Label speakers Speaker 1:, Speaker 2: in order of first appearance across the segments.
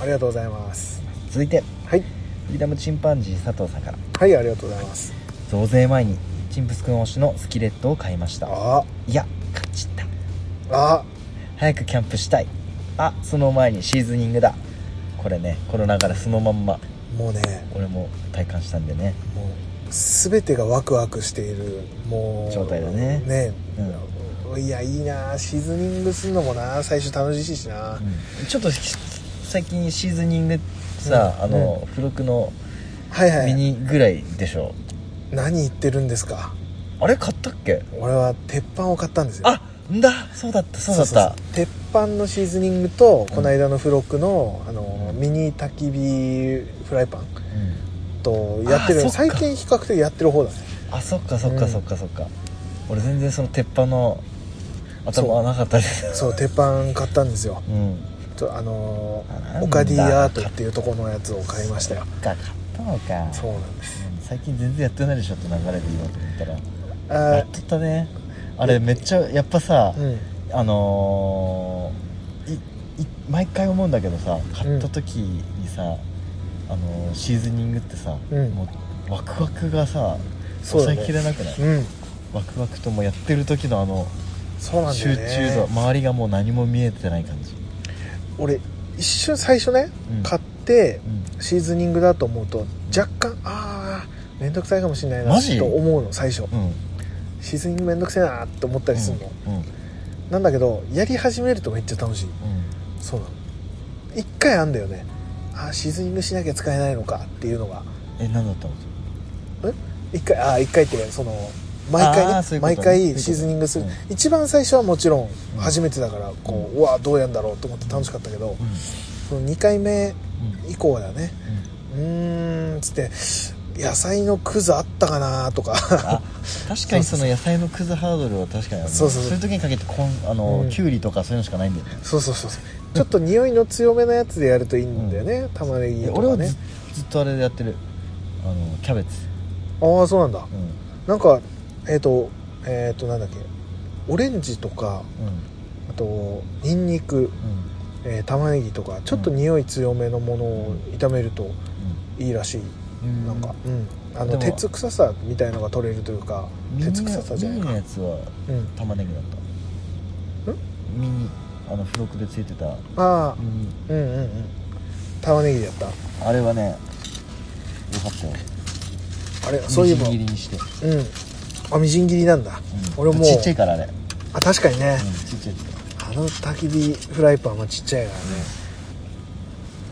Speaker 1: ありがとうございます
Speaker 2: 続いて
Speaker 1: はい
Speaker 2: フリーダムチンパンジー佐藤さんから
Speaker 1: はいありがとうございます
Speaker 2: 増税前にチンプス君推しのスキレットを買いました
Speaker 1: あ
Speaker 2: いや買っちった
Speaker 1: あ
Speaker 2: 早くキャンプしたいあその前にシーズニングだこれねコロナからそのまんま
Speaker 1: もうね
Speaker 2: 俺も体感したんでね
Speaker 1: もう全てがワクワクしているもう
Speaker 2: 状態だね
Speaker 1: ね、
Speaker 2: う
Speaker 1: いやいいなシーズニングするのもな最初楽しいしな、
Speaker 2: ちょっとひ最近シーズニングさ、
Speaker 1: うん
Speaker 2: あの、付録の
Speaker 1: はいは
Speaker 2: ミ
Speaker 1: い
Speaker 2: ニぐらいでしょ、
Speaker 1: 何言ってるんですか
Speaker 2: あれ買ったっけ
Speaker 1: 俺は鉄板を買ったんですよ
Speaker 2: あんだそうだったそうだった
Speaker 1: そう鉄板のシーズニングとこの間の付録の,、あのミニ焚き火フライパン
Speaker 2: うん
Speaker 1: とやっ
Speaker 2: あそ
Speaker 1: てる
Speaker 2: っか
Speaker 1: 最近比較的やってる方だね
Speaker 2: あそっかそっ
Speaker 1: う
Speaker 2: か
Speaker 1: ん
Speaker 2: そっかそっか、俺全然その鉄板の頭はなかったです
Speaker 1: そう鉄板買ったんですよ
Speaker 2: うん
Speaker 1: とあの
Speaker 2: あなんだ
Speaker 1: オカディアートっていうところのやつを買いましたよ
Speaker 2: か買ったのか
Speaker 1: そうなんです
Speaker 2: うん最近全然やってないでしょって流れで言おうと思ったらや
Speaker 1: あ
Speaker 2: っとったねあれめっちゃやっぱさ、
Speaker 1: ーうん
Speaker 2: あのーいい毎回思うんだけどさ買った時にさ、あのーシーズニングってさ、
Speaker 1: うん
Speaker 2: もうワクワクがさ
Speaker 1: そうだ
Speaker 2: 抑
Speaker 1: ね
Speaker 2: えきれなくない、
Speaker 1: うん
Speaker 2: ワクワクともやってる時のあの
Speaker 1: そうなんだよ
Speaker 2: 集
Speaker 1: ね
Speaker 2: 中度周りがもう何も見えてない感じ、
Speaker 1: 俺一瞬最初ね、
Speaker 2: うん
Speaker 1: 買って
Speaker 2: う
Speaker 1: シーズニングだと思うと若干ああ面倒くさいかもしれないな
Speaker 2: マジ
Speaker 1: と思うの最初
Speaker 2: んうん
Speaker 1: シーズニング面倒くせえなって思ったりするの、
Speaker 2: うんうん
Speaker 1: なんだけどやり始めるとめっちゃ楽しいそうなの一回あんだよねあーシーズニングしなきゃ使えないのかっていうのが
Speaker 2: え何だったの
Speaker 1: 一回あー一回ってその毎回
Speaker 2: あ
Speaker 1: ね
Speaker 2: ーそういうことね
Speaker 1: 毎回シーズニングする、
Speaker 2: うん
Speaker 1: 一番最初はもちろん初めてだからこう、
Speaker 2: う
Speaker 1: うわーどうやんだろうと思って楽しかったけど、
Speaker 2: うん
Speaker 1: その2回目
Speaker 2: うん
Speaker 1: 以降だねうーんつって野菜のクズあったかなとか
Speaker 2: あ確かにその野菜のクズハードルは確かにある
Speaker 1: そうそうそう
Speaker 2: そういう時にかけてこんあの、
Speaker 1: うん
Speaker 2: キュウリとかそういうのしかないんだよね
Speaker 1: そうそうそうそうちょっと匂いの強めなやつでやるといいんだよね、玉ねぎ
Speaker 2: いや
Speaker 1: と
Speaker 2: 俺
Speaker 1: か
Speaker 2: は
Speaker 1: ね
Speaker 2: ずずっとあれでやってるあのキャベツ、
Speaker 1: ああそうなんだ
Speaker 2: うん
Speaker 1: なんかえっ、とえっ、となんだっけオレンジとか
Speaker 2: う
Speaker 1: あとニンニク、
Speaker 2: んうん
Speaker 1: えー玉ねぎとかちょっと匂い強めのものを炒めるといいらしい、
Speaker 2: うん、
Speaker 1: なんか、うん、あ
Speaker 2: で
Speaker 1: の
Speaker 2: も
Speaker 1: 鉄臭さみたいのが取れるというか
Speaker 2: ミニ
Speaker 1: 鉄臭さじゃない
Speaker 2: ミニ
Speaker 1: か
Speaker 2: の
Speaker 1: な
Speaker 2: やつは
Speaker 1: うん
Speaker 2: 玉ねぎだったミニあの付録でついてた
Speaker 1: ああ
Speaker 2: ミニ
Speaker 1: うんうんうん玉ねぎでやった
Speaker 2: あれはねよかったよ
Speaker 1: あれそういえば
Speaker 2: みじん切りにして、うん
Speaker 1: うんあみじん切りなんだ、俺もう
Speaker 2: ちっちゃいからあれ、うん、
Speaker 1: あ確かにね、
Speaker 2: ちっちゃいから
Speaker 1: あの焚き火フライパンはちっちゃいからね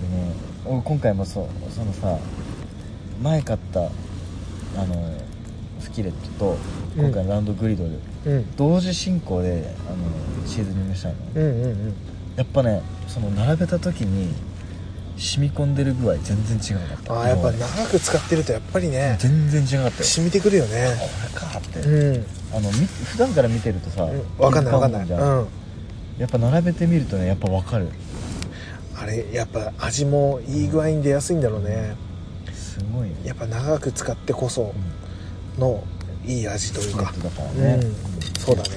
Speaker 2: でね俺今回もそうそのさ前買ったあのスキレットと今回のラウンドグリドル、
Speaker 1: うん
Speaker 2: 同時進行であのシーズニングしたの、
Speaker 1: うんうんうん
Speaker 2: やっぱねその並べた時に染み込んでる具合全然違うかった
Speaker 1: ああやっぱ
Speaker 2: 今ま
Speaker 1: 長く使ってるとやっぱり
Speaker 2: で
Speaker 1: ね
Speaker 2: 全然違かったよ
Speaker 1: 染みてくるよね
Speaker 2: これかって、
Speaker 1: うん
Speaker 2: あのみ普段から見てるとさ、
Speaker 1: 分かんない分かんない
Speaker 2: じゃ
Speaker 1: うん
Speaker 2: やっぱ並べてみるとねやっぱ分かる
Speaker 1: あれやっぱ味もいい具合に出やすいんだろうね
Speaker 2: すごいよ
Speaker 1: やっぱ長く使ってこそ
Speaker 2: うん
Speaker 1: のいい味というか
Speaker 2: スキレットだから
Speaker 1: う
Speaker 2: ね、
Speaker 1: んそうだね
Speaker 2: ね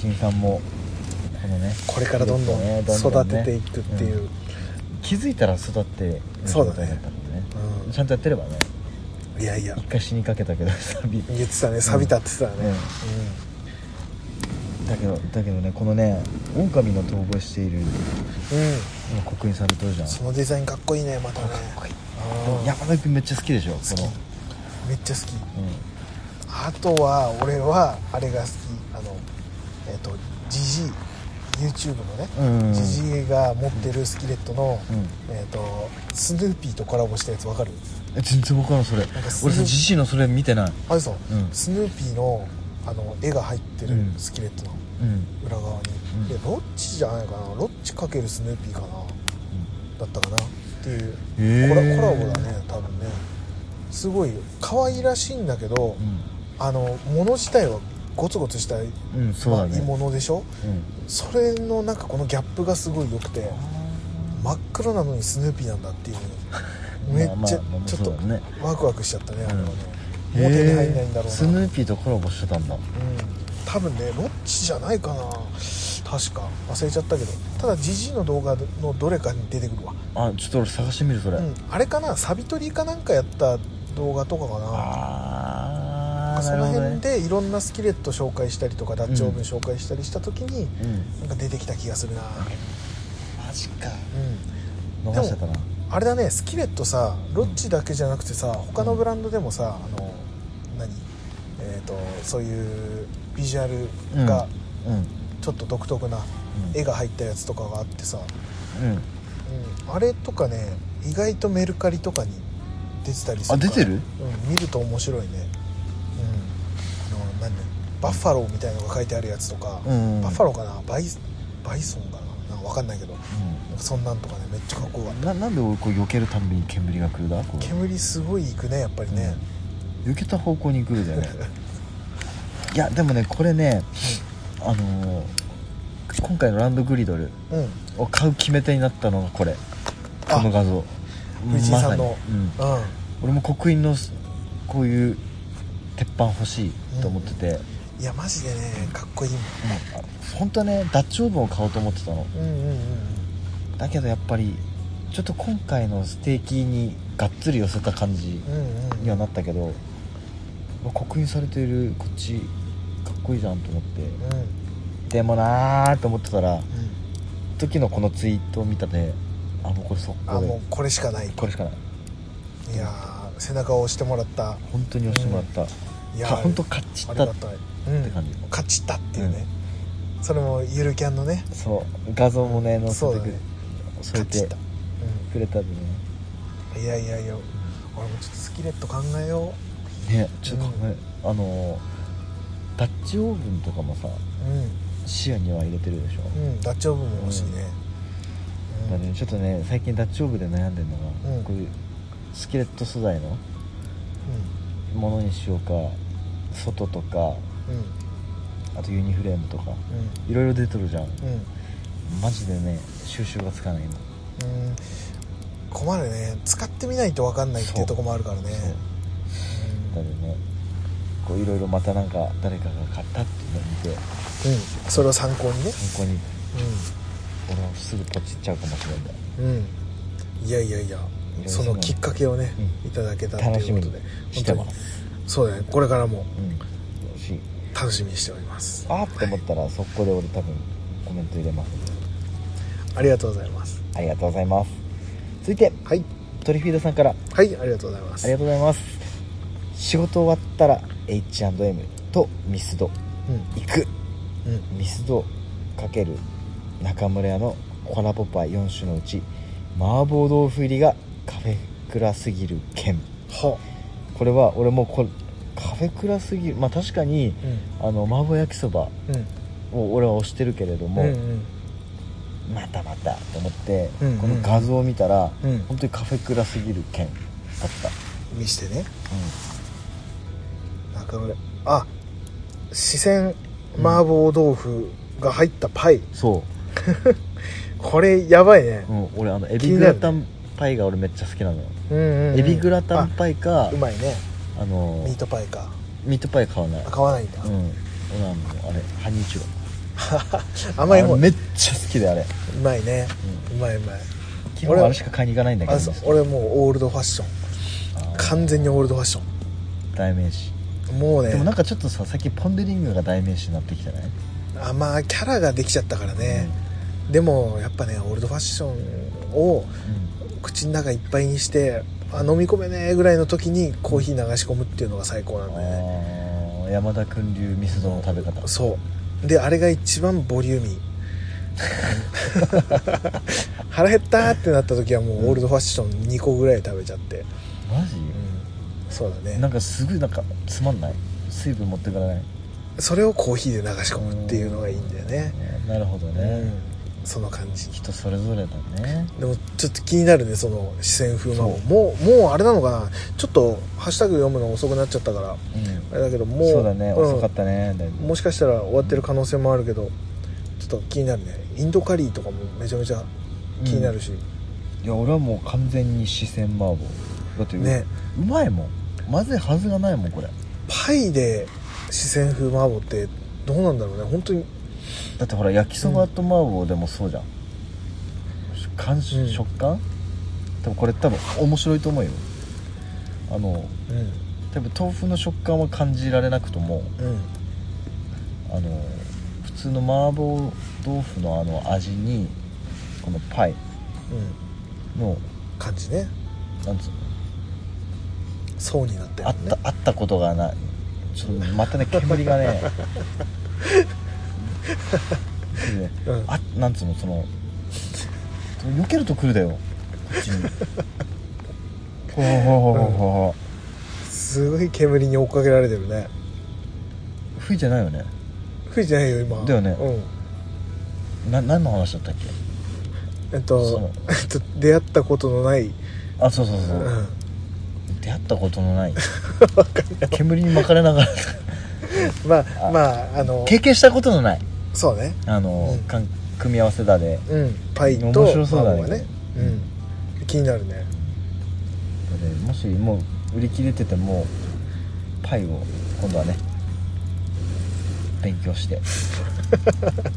Speaker 2: 藤井さんもこのね
Speaker 1: これからどんどん
Speaker 2: ね
Speaker 1: 育てていくっていう
Speaker 2: ねん気づいたら育ってる
Speaker 1: そう
Speaker 2: 状
Speaker 1: だね
Speaker 2: 態だったもんね
Speaker 1: うん
Speaker 2: ちゃんとやってればね
Speaker 1: いやいや
Speaker 2: 一回死にかけたけどサビ
Speaker 1: 言ってたね錆びたって言ってたね
Speaker 2: だけどだけどねこのね狼の統合している
Speaker 1: うん、うん
Speaker 2: 今刻印されてるじゃん
Speaker 1: そのデザインかっこいいねまたね
Speaker 2: かっこいい
Speaker 1: うん
Speaker 2: 山田君めっちゃ好きでしょこ
Speaker 1: 好き
Speaker 2: の
Speaker 1: めっちゃ好き
Speaker 2: う
Speaker 1: あとは俺はあれが好きあのえっ、とジジイ YouTube のね、
Speaker 2: うん
Speaker 1: ジジイが持ってるスキレットの、
Speaker 2: うん
Speaker 1: えっ、とスヌーピーとコラボしたやつわかる
Speaker 2: んえ全然分からんそれ
Speaker 1: かすご
Speaker 2: 俺
Speaker 1: い
Speaker 2: さ自身のそれ見てない
Speaker 1: あれさ、
Speaker 2: うん
Speaker 1: スヌーピーのあの絵が入ってる
Speaker 2: うん
Speaker 1: スキレットの
Speaker 2: うん
Speaker 1: 裏側に、
Speaker 2: うん
Speaker 1: でロッチじゃないかなロッチ×スヌーピーかなだったかなっていう
Speaker 2: へー
Speaker 1: コラコラボだね多分ねすごい可愛らしいんだけど、あの物自体はゴツゴツした
Speaker 2: うん、うん、そうだ
Speaker 1: まあいいも
Speaker 2: ね
Speaker 1: のでしょ
Speaker 2: うん
Speaker 1: それのなんかこのギャップがすごい良くて真っ黒なのにスヌーピーなん だっていうめっちゃ
Speaker 2: まあまあまあ
Speaker 1: ちょっ
Speaker 2: そう
Speaker 1: と
Speaker 2: だね
Speaker 1: ワクワクしちゃったねあれはねもう
Speaker 2: へー
Speaker 1: 手に入んないんだろう
Speaker 2: ス
Speaker 1: な、
Speaker 2: ヌ
Speaker 1: うん、
Speaker 2: ーピーとコラボしてたんだ
Speaker 1: 多分ねロッチじゃないかな確か忘れちゃったけどただジジイの動画のどれかに出てくるわ、
Speaker 2: あちょっと俺探してみるそれ、
Speaker 1: うん、あれかなサビ取りかなんかやった動画とかかな
Speaker 2: ああ
Speaker 1: その辺
Speaker 2: ね
Speaker 1: でいろんなスキレット紹介したりとかダッチオーブン紹介したりした時に、
Speaker 2: うん
Speaker 1: なんか出てきた気がするな、
Speaker 2: マジか
Speaker 1: う、
Speaker 2: 逃しちゃったなん
Speaker 1: あれだねスキレットさロッチだけじゃなくてさ他のブランドでもさあの何えっ、とそういうビジュアルが
Speaker 2: うんうん
Speaker 1: ちょっと独特な絵が入ったやつとかがあってさ、
Speaker 2: うん
Speaker 1: うん、あれとかね意外とメルカリとかに出てたりする
Speaker 2: あ
Speaker 1: から
Speaker 2: 出てる
Speaker 1: うん、見ると面白いねうんあの何バッファローみたいのが書いてあるやつとか、
Speaker 2: うん
Speaker 1: バッファローかなバイバイソンかななんか分かんないけどなんかそんなんとかねめっちゃかっこよかっ
Speaker 2: ななんで俺こう避けるたんびに煙が来るだこ
Speaker 1: た
Speaker 2: う
Speaker 1: 煙すごいいくねやっぱりね、
Speaker 2: 避けた方向に来るじゃ ないいやでもねこれね、あのー今回のランドグリドル
Speaker 1: うんうん
Speaker 2: を買う決め手になったのがこれ
Speaker 1: あ
Speaker 2: この画像
Speaker 1: 藤井さんの
Speaker 2: まさにうん、俺も刻印のこういう鉄板欲しいと思ってて、
Speaker 1: いやマジでねかっこいいもん
Speaker 2: あ本当はねダッチオーブンを買おうと思ってたの
Speaker 1: うんうんうん
Speaker 2: だけどやっぱりちょっと今回のステーキにがっつり寄せた感じ
Speaker 1: うんうんうん
Speaker 2: にはなったけど、まあ刻印されているこっちかっこいいじゃんと思って
Speaker 1: うんうん
Speaker 2: でもなーと思ってたら時のこのツイートを見たであもうこれ速
Speaker 1: あ
Speaker 2: 攻
Speaker 1: も
Speaker 2: で
Speaker 1: うこれしかないい
Speaker 2: これしかない
Speaker 1: やー背中を押してもらった
Speaker 2: 本当に押してもらった、
Speaker 1: いや
Speaker 2: か
Speaker 1: ー
Speaker 2: 本当勝ち
Speaker 1: あ
Speaker 2: っ
Speaker 1: り
Speaker 2: た
Speaker 1: が
Speaker 2: った
Speaker 1: い、
Speaker 2: て感じ、
Speaker 1: 勝ちたっていうね、それもゆるキャンのね
Speaker 2: そう画像もね載せ
Speaker 1: そう
Speaker 2: て
Speaker 1: だ
Speaker 2: く
Speaker 1: ね
Speaker 2: 添
Speaker 1: 勝
Speaker 2: え
Speaker 1: ち
Speaker 2: て
Speaker 1: た、
Speaker 2: くれたでね
Speaker 1: うん、いやいやいや俺もちょっとスキレット考えよ
Speaker 2: ねちょっと考え、あのーダッチオーブンとかもさ
Speaker 1: うう
Speaker 2: 視野には入れてるでしょ、
Speaker 1: ん、うん、ダッチオーブンも欲しいね、う
Speaker 2: だ
Speaker 1: ん
Speaker 2: ねちょっとね最近ダッチオーブンで悩んでるのが、
Speaker 1: うん
Speaker 2: こういうスキレット素材のものにしようか外とか
Speaker 1: うんうん
Speaker 2: あとユニフレームとかいろいろ出てるじゃん
Speaker 1: うんうん
Speaker 2: マジでね収集がつかないの、
Speaker 1: うん困るね使ってみないと分かんないっていうとこもあるからね
Speaker 2: そう
Speaker 1: う
Speaker 2: だ
Speaker 1: ん
Speaker 2: よねこういろいろまたなんか誰かが買ったっていうのを見て
Speaker 1: うん、それを参考にね
Speaker 2: 参考に俺はすぐポチっちゃうかもしれない
Speaker 1: うん、うん、いやいやいや
Speaker 2: いろいろ
Speaker 1: そのきっかけをね、
Speaker 2: うん
Speaker 1: いただけたということで
Speaker 2: 楽しみにしてます
Speaker 1: 本当にそうだねこれからも
Speaker 2: うんよし
Speaker 1: 楽しみにしております
Speaker 2: あーって思ったらそこで俺多分コメント入れますんで
Speaker 1: ありがとうございます
Speaker 2: ありがとうございます続いて
Speaker 1: はい
Speaker 2: トリフィードさんから
Speaker 1: はいありがとうございま
Speaker 2: あ
Speaker 1: す
Speaker 2: りがとうございます仕事終わったら H&M とミスド
Speaker 1: うん
Speaker 2: 行く
Speaker 1: うん
Speaker 2: ミスド×中村屋のコラボパイ4種のうち麻婆豆腐入りがカフェクラすぎる件
Speaker 1: は
Speaker 2: これは俺もこれカフェクラすぎるまあ確かに
Speaker 1: うん
Speaker 2: あの麻婆焼きそば
Speaker 1: うん
Speaker 2: を俺は推してるけれども、
Speaker 1: うんうん
Speaker 2: またまたと思って、
Speaker 1: うんうん
Speaker 2: この画像を見たら、
Speaker 1: うん
Speaker 2: 本当にカフェクラすぎる件だった、
Speaker 1: 見してね中村あ四川麻婆豆腐が入ったパイ、
Speaker 2: そ
Speaker 1: これやばいね
Speaker 2: う、、うん、俺あのエ
Speaker 1: 気
Speaker 2: ビ
Speaker 1: に
Speaker 2: グ
Speaker 1: なる
Speaker 2: ラタンパイが俺めっちゃ好きなのよ、
Speaker 1: うんうんうん
Speaker 2: エビグラタンパイか
Speaker 1: あうまいね
Speaker 2: あの
Speaker 1: ミートパイか
Speaker 2: ミートパイ買わない
Speaker 1: あ買わないんだ、
Speaker 2: うん俺あのあれハニーチュロ
Speaker 1: 甘いも
Speaker 2: あ
Speaker 1: ん
Speaker 2: れめ
Speaker 1: う
Speaker 2: っちゃ好きであれ
Speaker 1: まいね、うまいうまい
Speaker 2: 基本あれしか買いに行かないんだけ
Speaker 1: あ
Speaker 2: ど
Speaker 1: そう俺もうオールドファッション
Speaker 2: あー
Speaker 1: 完全にオールドファッショ
Speaker 2: 代名詞
Speaker 1: ンもう
Speaker 2: でもな
Speaker 1: ね
Speaker 2: んかちょっとさ最近ポン・デ・リングが代名詞になってきてない
Speaker 1: あまあキャラができちゃったからね、でもやっぱねオールドファッション
Speaker 2: う
Speaker 1: を
Speaker 2: ん
Speaker 1: 口の中いっぱいにしてあ飲み込めねえぐらいの時にコーヒー流し込むっていうのが最高なんだよね
Speaker 2: あー山田君流ミスドの食べ方
Speaker 1: そうであれが一番ボリューミー腹減ったーってなった時はもうオールドファッション2個ぐらい食べちゃって、
Speaker 2: マジ
Speaker 1: うん、そうだね
Speaker 2: なんかすごいなんかつまんない水分持ってかない
Speaker 1: それをコーヒーで流し込むっていうのがいいんだよね
Speaker 2: なるほど
Speaker 1: う
Speaker 2: ね
Speaker 1: んその感じ
Speaker 2: 人それぞれだね
Speaker 1: でもちょっと気になるねその四川風麻婆もうもうあれなのかなちょっとハッシュタグ読むの遅くなっちゃったからあれだけどもう
Speaker 2: そうだね
Speaker 1: ん
Speaker 2: 遅かったねだいぶ
Speaker 1: もしかしたら終わってる可能性もあるけどちょっと気になるねインドカリーとかもめちゃめちゃ気になるし、
Speaker 2: いや俺はもう完全に四川麻婆だってう,、
Speaker 1: ね
Speaker 2: うまいもんまずいはずがないもんこれ
Speaker 1: パイで四川風麻婆ってどうなんだろうね本当に
Speaker 2: だってほら焼きそばと麻婆でもそうじゃん、感
Speaker 1: うん
Speaker 2: 食感多分これ多分面白いと思うよあの
Speaker 1: う
Speaker 2: 多分豆腐の食感は感じられなくとも
Speaker 1: んうん
Speaker 2: あの普通の麻婆豆腐のあの味にこのパイ
Speaker 1: うん
Speaker 2: の
Speaker 1: 感じね
Speaker 2: なんつうの
Speaker 1: 層になって
Speaker 2: あ
Speaker 1: る
Speaker 2: っ
Speaker 1: ね
Speaker 2: たあったことがないちょっとまたね煙がね でね
Speaker 1: うん
Speaker 2: あなんつうのその避けると来るだよこっちにほうほうほうほうほ
Speaker 1: すごい煙に追っかけられてるね
Speaker 2: う吹いてないよね
Speaker 1: 吹いてないよ今
Speaker 2: だよね
Speaker 1: うん
Speaker 2: な何の話だったっけ
Speaker 1: えっ
Speaker 2: そ
Speaker 1: と
Speaker 2: う
Speaker 1: えっと出会ったことのない、
Speaker 2: あそうそうそうう、
Speaker 1: ん、
Speaker 2: 出会ったことのない煙に巻かれ ながら
Speaker 1: まあまああの
Speaker 2: 経験したことのない
Speaker 1: そうね
Speaker 2: あの、
Speaker 1: うん
Speaker 2: かん組み合わせだで
Speaker 1: うんパイと
Speaker 2: 面白そうだね
Speaker 1: マンゴーがうん気になるね
Speaker 2: でもしもう売り切れててもパイを今度はね勉強して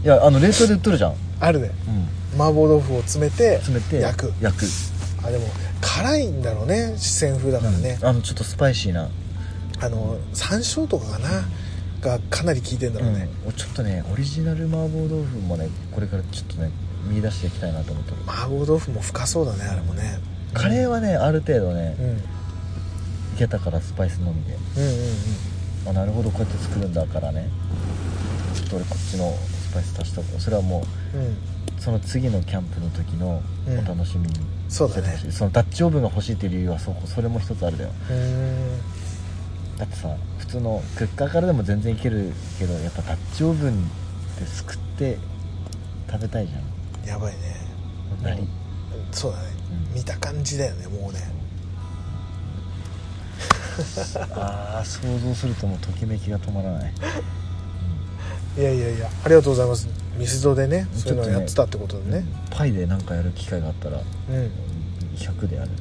Speaker 2: いやあの冷凍で売っとるじゃん、うん、
Speaker 1: あるね麻婆豆腐を詰めて
Speaker 2: 詰めて
Speaker 1: 焼く
Speaker 2: 焼く
Speaker 1: あでも辛いんだろうね四川風だからね、
Speaker 2: うんあのちょっとスパイシーな、
Speaker 1: あの山椒とかかながかなり効いてんだろうね、
Speaker 2: うんちょっとねオリジナル麻婆豆腐もねこれからちょっとね見出していきたいなと思ってる
Speaker 1: 麻婆豆腐も深そうだねあれもね
Speaker 2: カレーはねある程度ね
Speaker 1: うん、うん
Speaker 2: いけたからスパイスのみで
Speaker 1: うん
Speaker 2: あなるほどこうやって作るんだからねちょっと俺こっちのスパイス足しとこうそれはもう
Speaker 1: うんうん
Speaker 2: その次のキャンプの時の
Speaker 1: うん
Speaker 2: お楽しみに
Speaker 1: そう
Speaker 2: して
Speaker 1: だ
Speaker 2: てほ
Speaker 1: ね
Speaker 2: しい、そのダッチオーブンが欲しいっていう理由はそこそれも一つあるだよ
Speaker 1: うーん
Speaker 2: だってさ普通のクッカーからでも全然いけるけどやっぱダッチオーブンってすくって食べたいじゃん
Speaker 1: やばいね
Speaker 2: なり
Speaker 1: そうだね、
Speaker 2: うん
Speaker 1: 見た感じだよねもうね
Speaker 2: ああ想像するともうときめきが止まらない、
Speaker 1: いやいやいやありがとうございますミスドでね
Speaker 2: うん
Speaker 1: そういうのをやってたってこと
Speaker 2: う
Speaker 1: で
Speaker 2: ん
Speaker 1: ね
Speaker 2: パイでなんかやる機会があったら
Speaker 1: うん
Speaker 2: 100でやる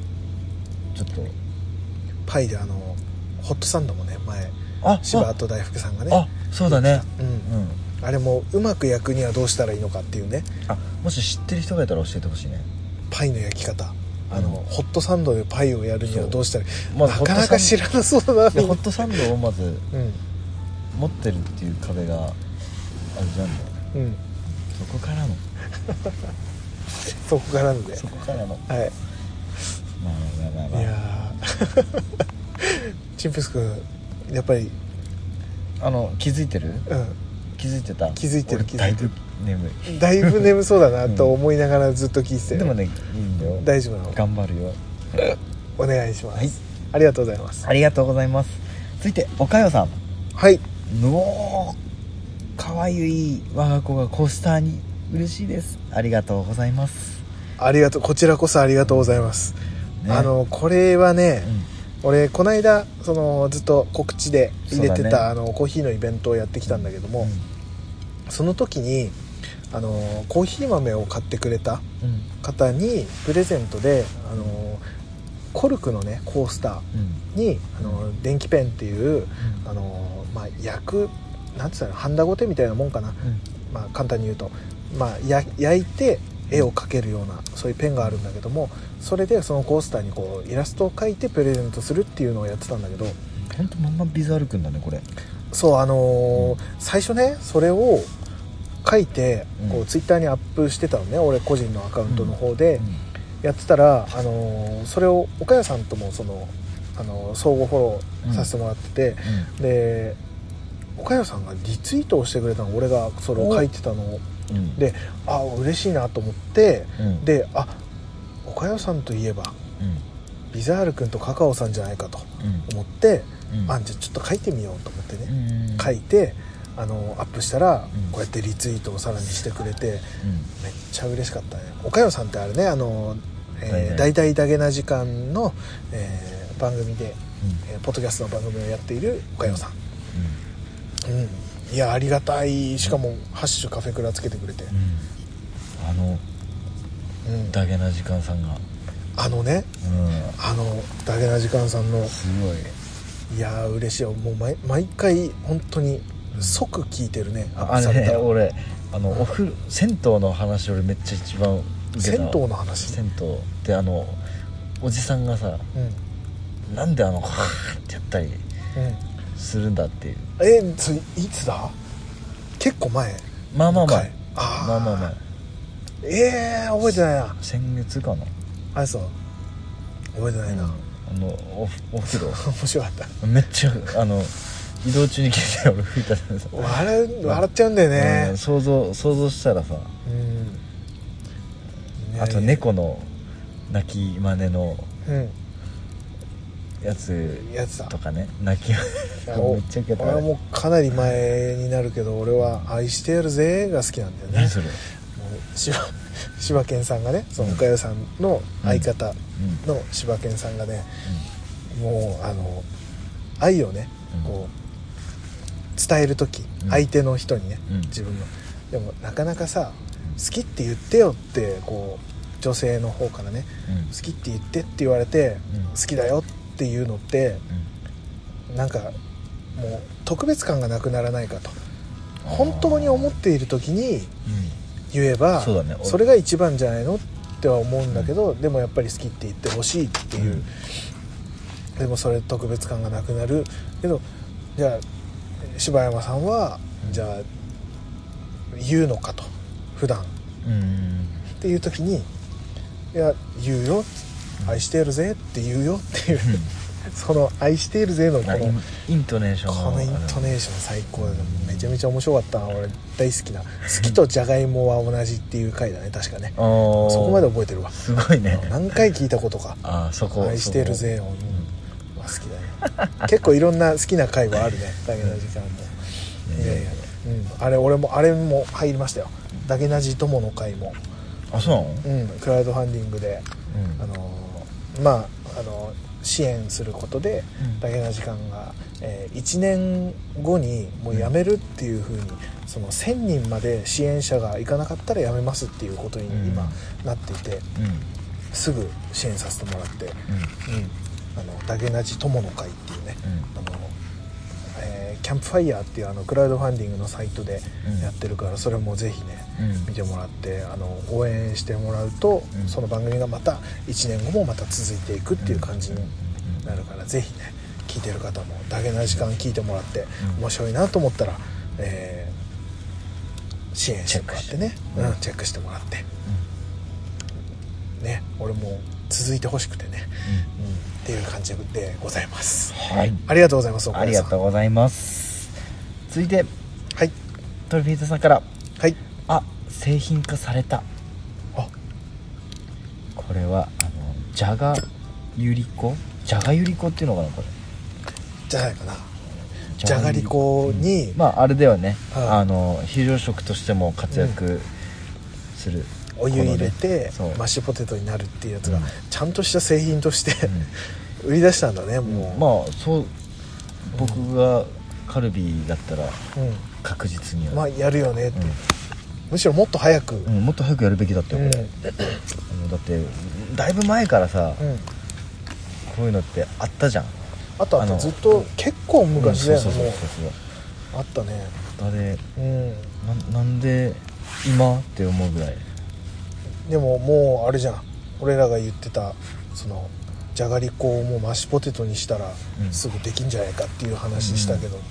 Speaker 2: ちょっと
Speaker 1: パイであのホットサンドもね前
Speaker 2: あ
Speaker 1: 柴田大福さんが
Speaker 2: あ
Speaker 1: ね
Speaker 2: そうだね
Speaker 1: う
Speaker 2: うんん
Speaker 1: あれもうまく焼くにはどうしたらいいのかっていうね
Speaker 2: あもし知ってる人がいたら教えてほしいね
Speaker 1: パイの焼き方あの、
Speaker 2: うん
Speaker 1: ホットサンドでパイをやるにはどうしたらいい、
Speaker 2: まず
Speaker 1: なかなか知らなそうだな
Speaker 2: でホットサンドをまず
Speaker 1: うん
Speaker 2: 持ってるっていう壁があるじゃん
Speaker 1: うん
Speaker 2: そこからの
Speaker 1: そこからなんで
Speaker 2: そこからの
Speaker 1: はい
Speaker 2: まあまあまあまあ
Speaker 1: いやー チンプス君やっぱり、
Speaker 2: あの気づいてる
Speaker 1: う
Speaker 2: 気づいてた
Speaker 1: 気づいてる
Speaker 2: 俺
Speaker 1: 気づいて
Speaker 2: だいぶ
Speaker 1: る
Speaker 2: 眠い
Speaker 1: ん、だいぶ眠そうだなと思いながらずっと聞いてて、
Speaker 2: でもねいいんだよ
Speaker 1: 大丈夫なの
Speaker 2: 頑張るよ
Speaker 1: お願いします、
Speaker 2: はい
Speaker 1: ありがとうございます
Speaker 2: ありがとうございます続いておかよさん
Speaker 1: はい
Speaker 2: ぬおーかわゆい我が子がコースターに嬉しいですありがとうございます、
Speaker 1: ありがとうこちらこそありがとうございます、
Speaker 2: ね
Speaker 1: あのこれはね、
Speaker 2: うん
Speaker 1: 俺この間そのずっと告知で入れて
Speaker 2: そう
Speaker 1: た、
Speaker 2: だね
Speaker 1: あのコーヒーのイベントをやってきたんだけども、その時にあのコーヒー豆を買ってくれた
Speaker 2: うんうん
Speaker 1: 方にプレゼントであのコルクのねコースタ
Speaker 2: うん
Speaker 1: ーにあの電気ペンってい
Speaker 2: う
Speaker 1: う
Speaker 2: ん
Speaker 1: あの、まあ、焼くなんつったのハンダゴテみたいなもんかな、
Speaker 2: うん
Speaker 1: まあ、簡単に言うと、まあ、や焼いて絵を描けるようなそういうペンがあるんだけどもそれでそのコースターにこうイラストを描いてプレゼントするっていうのをやってたんだけど
Speaker 2: ほんとまんまビザールくんだねこれ
Speaker 1: そうあのー最初ねそれを書いてこ
Speaker 2: う
Speaker 1: うんツイッターにアップしてたのね俺個人のアカウントの方で
Speaker 2: うん
Speaker 1: やってたら、あのーそれを岡谷さんともその、あのー相互フォローさせてもらってて、で岡谷さんがリツイートをしてくれたの俺がそれを書いてたのを
Speaker 2: うん
Speaker 1: であ嬉しいなと思って
Speaker 2: うん
Speaker 1: であ岡谷さんといえば
Speaker 2: う
Speaker 1: ビザール君とカカオさんじゃないかと
Speaker 2: ん
Speaker 1: 思って、
Speaker 2: うん
Speaker 1: あじゃあちょっと書いてみようと思ってね、
Speaker 2: うん
Speaker 1: 書いてあのアップしたら、
Speaker 2: うん
Speaker 1: こうやってリツイートをさらにしてくれて
Speaker 2: うん
Speaker 1: めっちゃ嬉しかったね岡山さんってあれねあの、えー、
Speaker 2: 大
Speaker 1: 大体だげな時間の、えー番組で、えーポッドキャストの番組をやっている岡山さん、うん、いやありがたいしかも「ハッシュカフェクラ」つけてくれて、
Speaker 2: うんあの
Speaker 1: うん
Speaker 2: ダゲな時間さんが
Speaker 1: あのね
Speaker 2: うん
Speaker 1: あのだげな時間さんの
Speaker 2: すごい
Speaker 1: いやー嬉しいよもう毎毎回本当に即聞いてるねアッ
Speaker 2: あ
Speaker 1: プされ
Speaker 2: れ
Speaker 1: た
Speaker 2: ね
Speaker 1: ら
Speaker 2: 俺あのおふ銭湯の話俺めっちゃ一番受けた
Speaker 1: 銭湯の話、
Speaker 2: 銭湯ってあのおじさんがさ
Speaker 1: うんうん、
Speaker 2: なんであのカーってやったりするんだっていう
Speaker 1: えそれいつだ結構前
Speaker 2: まあまあ
Speaker 1: か
Speaker 2: まあ
Speaker 1: いあー
Speaker 2: まあまあまあ
Speaker 1: ええ覚えてないな
Speaker 2: 先月かな
Speaker 1: あれそう覚えてないな、
Speaker 2: あのおお風呂
Speaker 1: 面白かった
Speaker 2: めっちゃあの移動中に聞いて俺吹いたんです
Speaker 1: 笑う笑っちゃうんだよね
Speaker 2: 想像想像したらさ
Speaker 1: うん、ね
Speaker 2: あと猫の鳴き真似の
Speaker 1: うん
Speaker 2: やつ
Speaker 1: やつだ
Speaker 2: とかね泣き
Speaker 1: お
Speaker 2: めっちゃウケた
Speaker 1: 俺はもうかなり前になるけど俺は「愛してやるぜ」が好きなんだよね
Speaker 2: 何それ、
Speaker 1: もう柴柴犬さんがねその岡代さんの相方
Speaker 2: うん
Speaker 1: の柴犬さんがね、もうあの愛をね
Speaker 2: うん
Speaker 1: こう伝える時、
Speaker 2: うん
Speaker 1: 相手の人にね、
Speaker 2: うん
Speaker 1: 自分のでもなかなかさ「好きって言ってよ」ってこう女性の方からね
Speaker 2: うん
Speaker 1: 「好きって言って」って言われて
Speaker 2: うん
Speaker 1: 「好きだよ」っていうのってなんかもう特別感がなくならないかと本当に思っている時に言えば
Speaker 2: そうだね
Speaker 1: れが一番じゃないのっては思うんだけど、でもやっぱり好きって言ってほしいっていう、でもそれ特別感がなくなるけどじゃあ柴山さんはじゃあ言うのかと普段っ
Speaker 2: うん、うん
Speaker 1: ていう時に「いや言うよ愛してやるぜ」って言うよっていう、 その「愛しているぜ」のこ
Speaker 2: あイ
Speaker 1: の
Speaker 2: ンイントネーション
Speaker 1: このイントネーション最高だねめちゃめちゃ面白かったな俺大好きな「好きとじゃがいもは同じ」っていう回だね確かね
Speaker 2: あのあー
Speaker 1: そこまで覚えてるわ
Speaker 2: すごいね
Speaker 1: 何回聞いたことか
Speaker 2: あーそ
Speaker 1: 「
Speaker 2: こ
Speaker 1: 愛してるぜ」を、うんまあ、好きだね 結構いろんな好きな回はあるね「だけなじさんも」いやいや、うん、あれ俺もあれも入りましたよ「だけなじ友の会も」
Speaker 2: そこあそうなの、
Speaker 1: うん、クラウドファンディングで
Speaker 2: うん
Speaker 1: あのーまあ、あのー支援することで
Speaker 2: うん
Speaker 1: だけな時間が、え1年後にもう辞めるっていうふうに、その1,000人まで支援者が行かなかったら辞めますっていうことに
Speaker 2: うん
Speaker 1: 今なっていて、
Speaker 2: うん
Speaker 1: すぐ支援させてもらって、うん、あのだけなじ友の会っていうね、
Speaker 2: う
Speaker 1: あのえーキャンプファイヤーっていうあのクラウドファンディングのサイトで
Speaker 2: うん
Speaker 1: やってるから、それもぜひね、
Speaker 2: うん
Speaker 1: 見てもらってあの応援してもらうと、
Speaker 2: うん
Speaker 1: その番組がまた1年後もまた続いていくっていう感じに
Speaker 2: うん
Speaker 1: なるから、ぜひね聞いてる方もだけな時間聞いてもらって、
Speaker 2: うん
Speaker 1: 面白いなと思ったら、えー支援してもらってね
Speaker 2: チェックして
Speaker 1: うん、チェックしてもらってね俺も続いてほしくてね、うん、っていう感じでございます
Speaker 2: はい
Speaker 1: ありがとうございます岡
Speaker 2: あり
Speaker 1: 田さ
Speaker 2: が
Speaker 1: ん
Speaker 2: とうございます続いて
Speaker 1: はい
Speaker 2: トルフィーズさんから
Speaker 1: はい
Speaker 2: あ製品化された
Speaker 1: あ
Speaker 2: これはあのじゃがゆりこじゃがゆりこっていうのかなこれ
Speaker 1: じゃないかなじゃがりこに、
Speaker 2: まああれではね、
Speaker 1: はい
Speaker 2: あの非常食としても活躍する、
Speaker 1: お湯入れて、
Speaker 2: このねそう
Speaker 1: マッシュポテトになるっていうやつが、
Speaker 2: うん
Speaker 1: ちゃんとした製品として、 売り出したんだねもう、
Speaker 2: まあそう僕がカルビーだったら
Speaker 1: う
Speaker 2: 確実に
Speaker 1: ん、まあ
Speaker 2: は、
Speaker 1: やるよねって、むしろもっと早く、うん
Speaker 2: うんもっと早くやるべきだったよこれ、あのだってだいぶ前からさ、
Speaker 1: うん
Speaker 2: こういうのってあったじゃん
Speaker 1: あとあ
Speaker 2: あ
Speaker 1: と
Speaker 2: の
Speaker 1: ずっと結構昔だよね、
Speaker 2: うんそうそう
Speaker 1: も
Speaker 2: そうそう
Speaker 1: うあったね
Speaker 2: そうあれ
Speaker 1: うん
Speaker 2: なんなんで今って思うぐらい
Speaker 1: でももうあれじゃん俺らが言ってたそのじゃがりこをもうマッシュポテトにしたら
Speaker 2: うん
Speaker 1: すぐできんじゃないかっていう話したけど、
Speaker 2: うん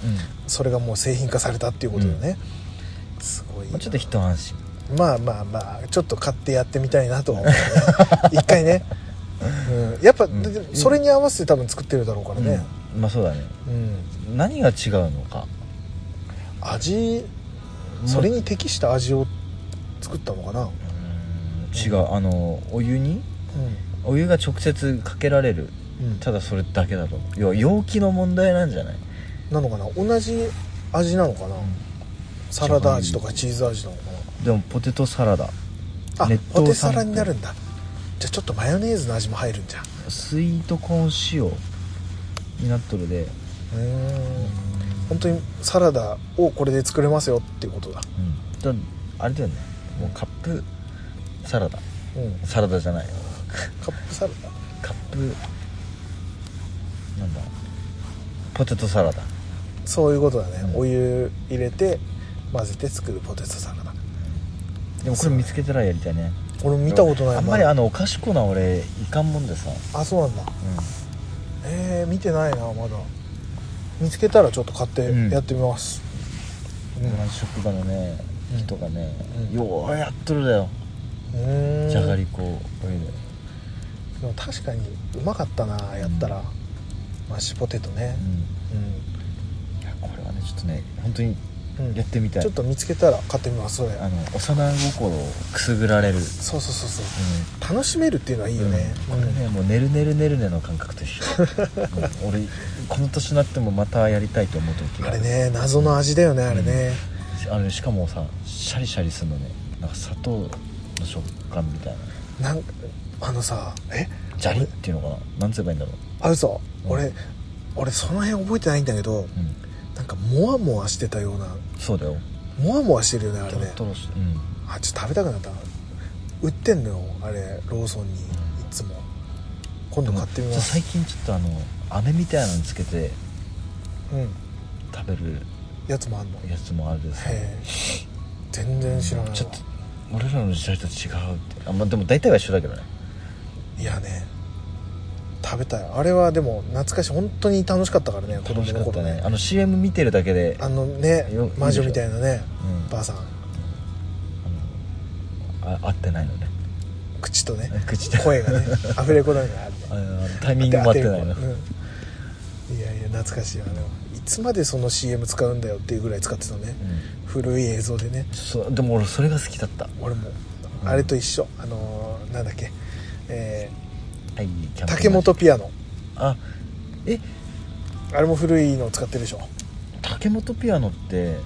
Speaker 1: それがもう製品化されたっていうことだね、すごい
Speaker 2: ま
Speaker 1: な
Speaker 2: あ、ちょっと一安心
Speaker 1: まあまあまあちょっと買ってやってみたいなとは 思うね 一回ね、うん、やっぱ、
Speaker 2: ん
Speaker 1: でそれに合わせて多分作ってるだろうからね、
Speaker 2: うんまあそうだね
Speaker 1: うん
Speaker 2: 何が違うのか
Speaker 1: 味
Speaker 2: うん
Speaker 1: それに適した味を作ったのかな、
Speaker 2: うん違うあのお湯に
Speaker 1: う
Speaker 2: お湯が直接かけられる
Speaker 1: んうん、
Speaker 2: ただそれだけだと要は容器の問題なんじゃない
Speaker 1: なのかな同じ味なのかな、サラダ味とかチーズ味なのか
Speaker 2: でもポテトサラダ
Speaker 1: なあ
Speaker 2: 熱湯
Speaker 1: ポテサラ
Speaker 2: 三
Speaker 1: になるんだじゃあちょっとマヨネーズの味も入るんじゃん
Speaker 2: スイートコーン塩になっとるで
Speaker 1: うーん本当にサラダをこれで作れますよっていうことだ
Speaker 2: うんだあれだよねもうカップサラダ
Speaker 1: うん
Speaker 2: サラダじゃない
Speaker 1: カップサラダ
Speaker 2: カップなんだポテトサラダ
Speaker 1: そういうことだね、
Speaker 2: うん
Speaker 1: お湯入れて混ぜて作るポテトサラダ
Speaker 2: でもこれ見つけたらやりたいね
Speaker 1: 俺見たことない
Speaker 2: あんまりあ
Speaker 1: あ
Speaker 2: のおかしこな俺いかんもんでさ、
Speaker 1: あそうなんだえー、見てないなまだ見つけたらちょっと買って
Speaker 2: うん
Speaker 1: やってみます、
Speaker 2: うん同じ職場のね
Speaker 1: うん
Speaker 2: 人がね、
Speaker 1: うん
Speaker 2: ようやっとるだよ、
Speaker 1: うん
Speaker 2: じゃがりこおいで
Speaker 1: でも確かにうまかったなやったら、
Speaker 2: うん
Speaker 1: マッシュポテトねうん、
Speaker 2: いやこれはねちょっとね本当に
Speaker 1: うん
Speaker 2: やってみたい、
Speaker 1: ちょっと見つけたら買ってみますそれ
Speaker 2: あの幼心をくすぐられる、うん
Speaker 1: そうそうそうそう楽しめるっていうのはいいよね、
Speaker 2: うんこれね、もう「ねるねるねるね」の感覚と一緒、うん俺この年になってもまたやりたいと思う時
Speaker 1: うん
Speaker 2: が
Speaker 1: あれね謎の味だよねあれね、
Speaker 2: あのねしかもさシャリシャリするのねなんか砂糖の食感みたいな
Speaker 1: なんあのさえ
Speaker 2: ジャリっていうのかななんつえばいいんだろう、
Speaker 1: あるぞ
Speaker 2: うん
Speaker 1: 俺俺その辺覚えてないんだけど
Speaker 2: う、
Speaker 1: なんかモワモワしてたようなん
Speaker 2: そうだよ
Speaker 1: モワモワしてるよねあ
Speaker 2: ト
Speaker 1: れ
Speaker 2: ロ
Speaker 1: ね
Speaker 2: トロしてうん
Speaker 1: あちょっと食べたくなった売ってんのよあれローソンにいつも今
Speaker 2: で
Speaker 1: 度
Speaker 2: も
Speaker 1: 買ってみま
Speaker 2: じゃあ
Speaker 1: す
Speaker 2: 最近ちょっとあの飴みたいなのにつけて
Speaker 1: うん
Speaker 2: 食べる
Speaker 1: やつもあんのへ
Speaker 2: やつもあるでさ
Speaker 1: え全然知らないわ
Speaker 2: ちょっと俺らの時代と違うってあまあでも大体は一緒だけどね
Speaker 1: いやね食べたいあれはでも懐かしい本当に楽しかったからね子
Speaker 2: 楽
Speaker 1: 供
Speaker 2: しか
Speaker 1: の
Speaker 2: った
Speaker 1: 頃
Speaker 2: ね
Speaker 1: ね
Speaker 2: あの CM 見てるだけで
Speaker 1: あのね
Speaker 2: よ
Speaker 1: 魔女みたいなね
Speaker 2: うん
Speaker 1: ばあさん
Speaker 2: あ合ってないのね
Speaker 1: 口とね
Speaker 2: 口で
Speaker 1: 声がねアフレコなんかあるね
Speaker 2: あの タイミングも合ってないの
Speaker 1: うんいやいや懐かしいわねいつまでその CM 使うんだよっていうぐらい使ってたね
Speaker 2: う
Speaker 1: 古い映像でね
Speaker 2: んそうでも俺それが好きだった
Speaker 1: 俺も
Speaker 2: うん
Speaker 1: あれと一緒あのーなんだっけえー
Speaker 2: はいキャンプ
Speaker 1: 竹本ピアノ
Speaker 2: あえ
Speaker 1: あれも古いの使ってるでしょ、
Speaker 2: 竹本ピアノって
Speaker 1: うん、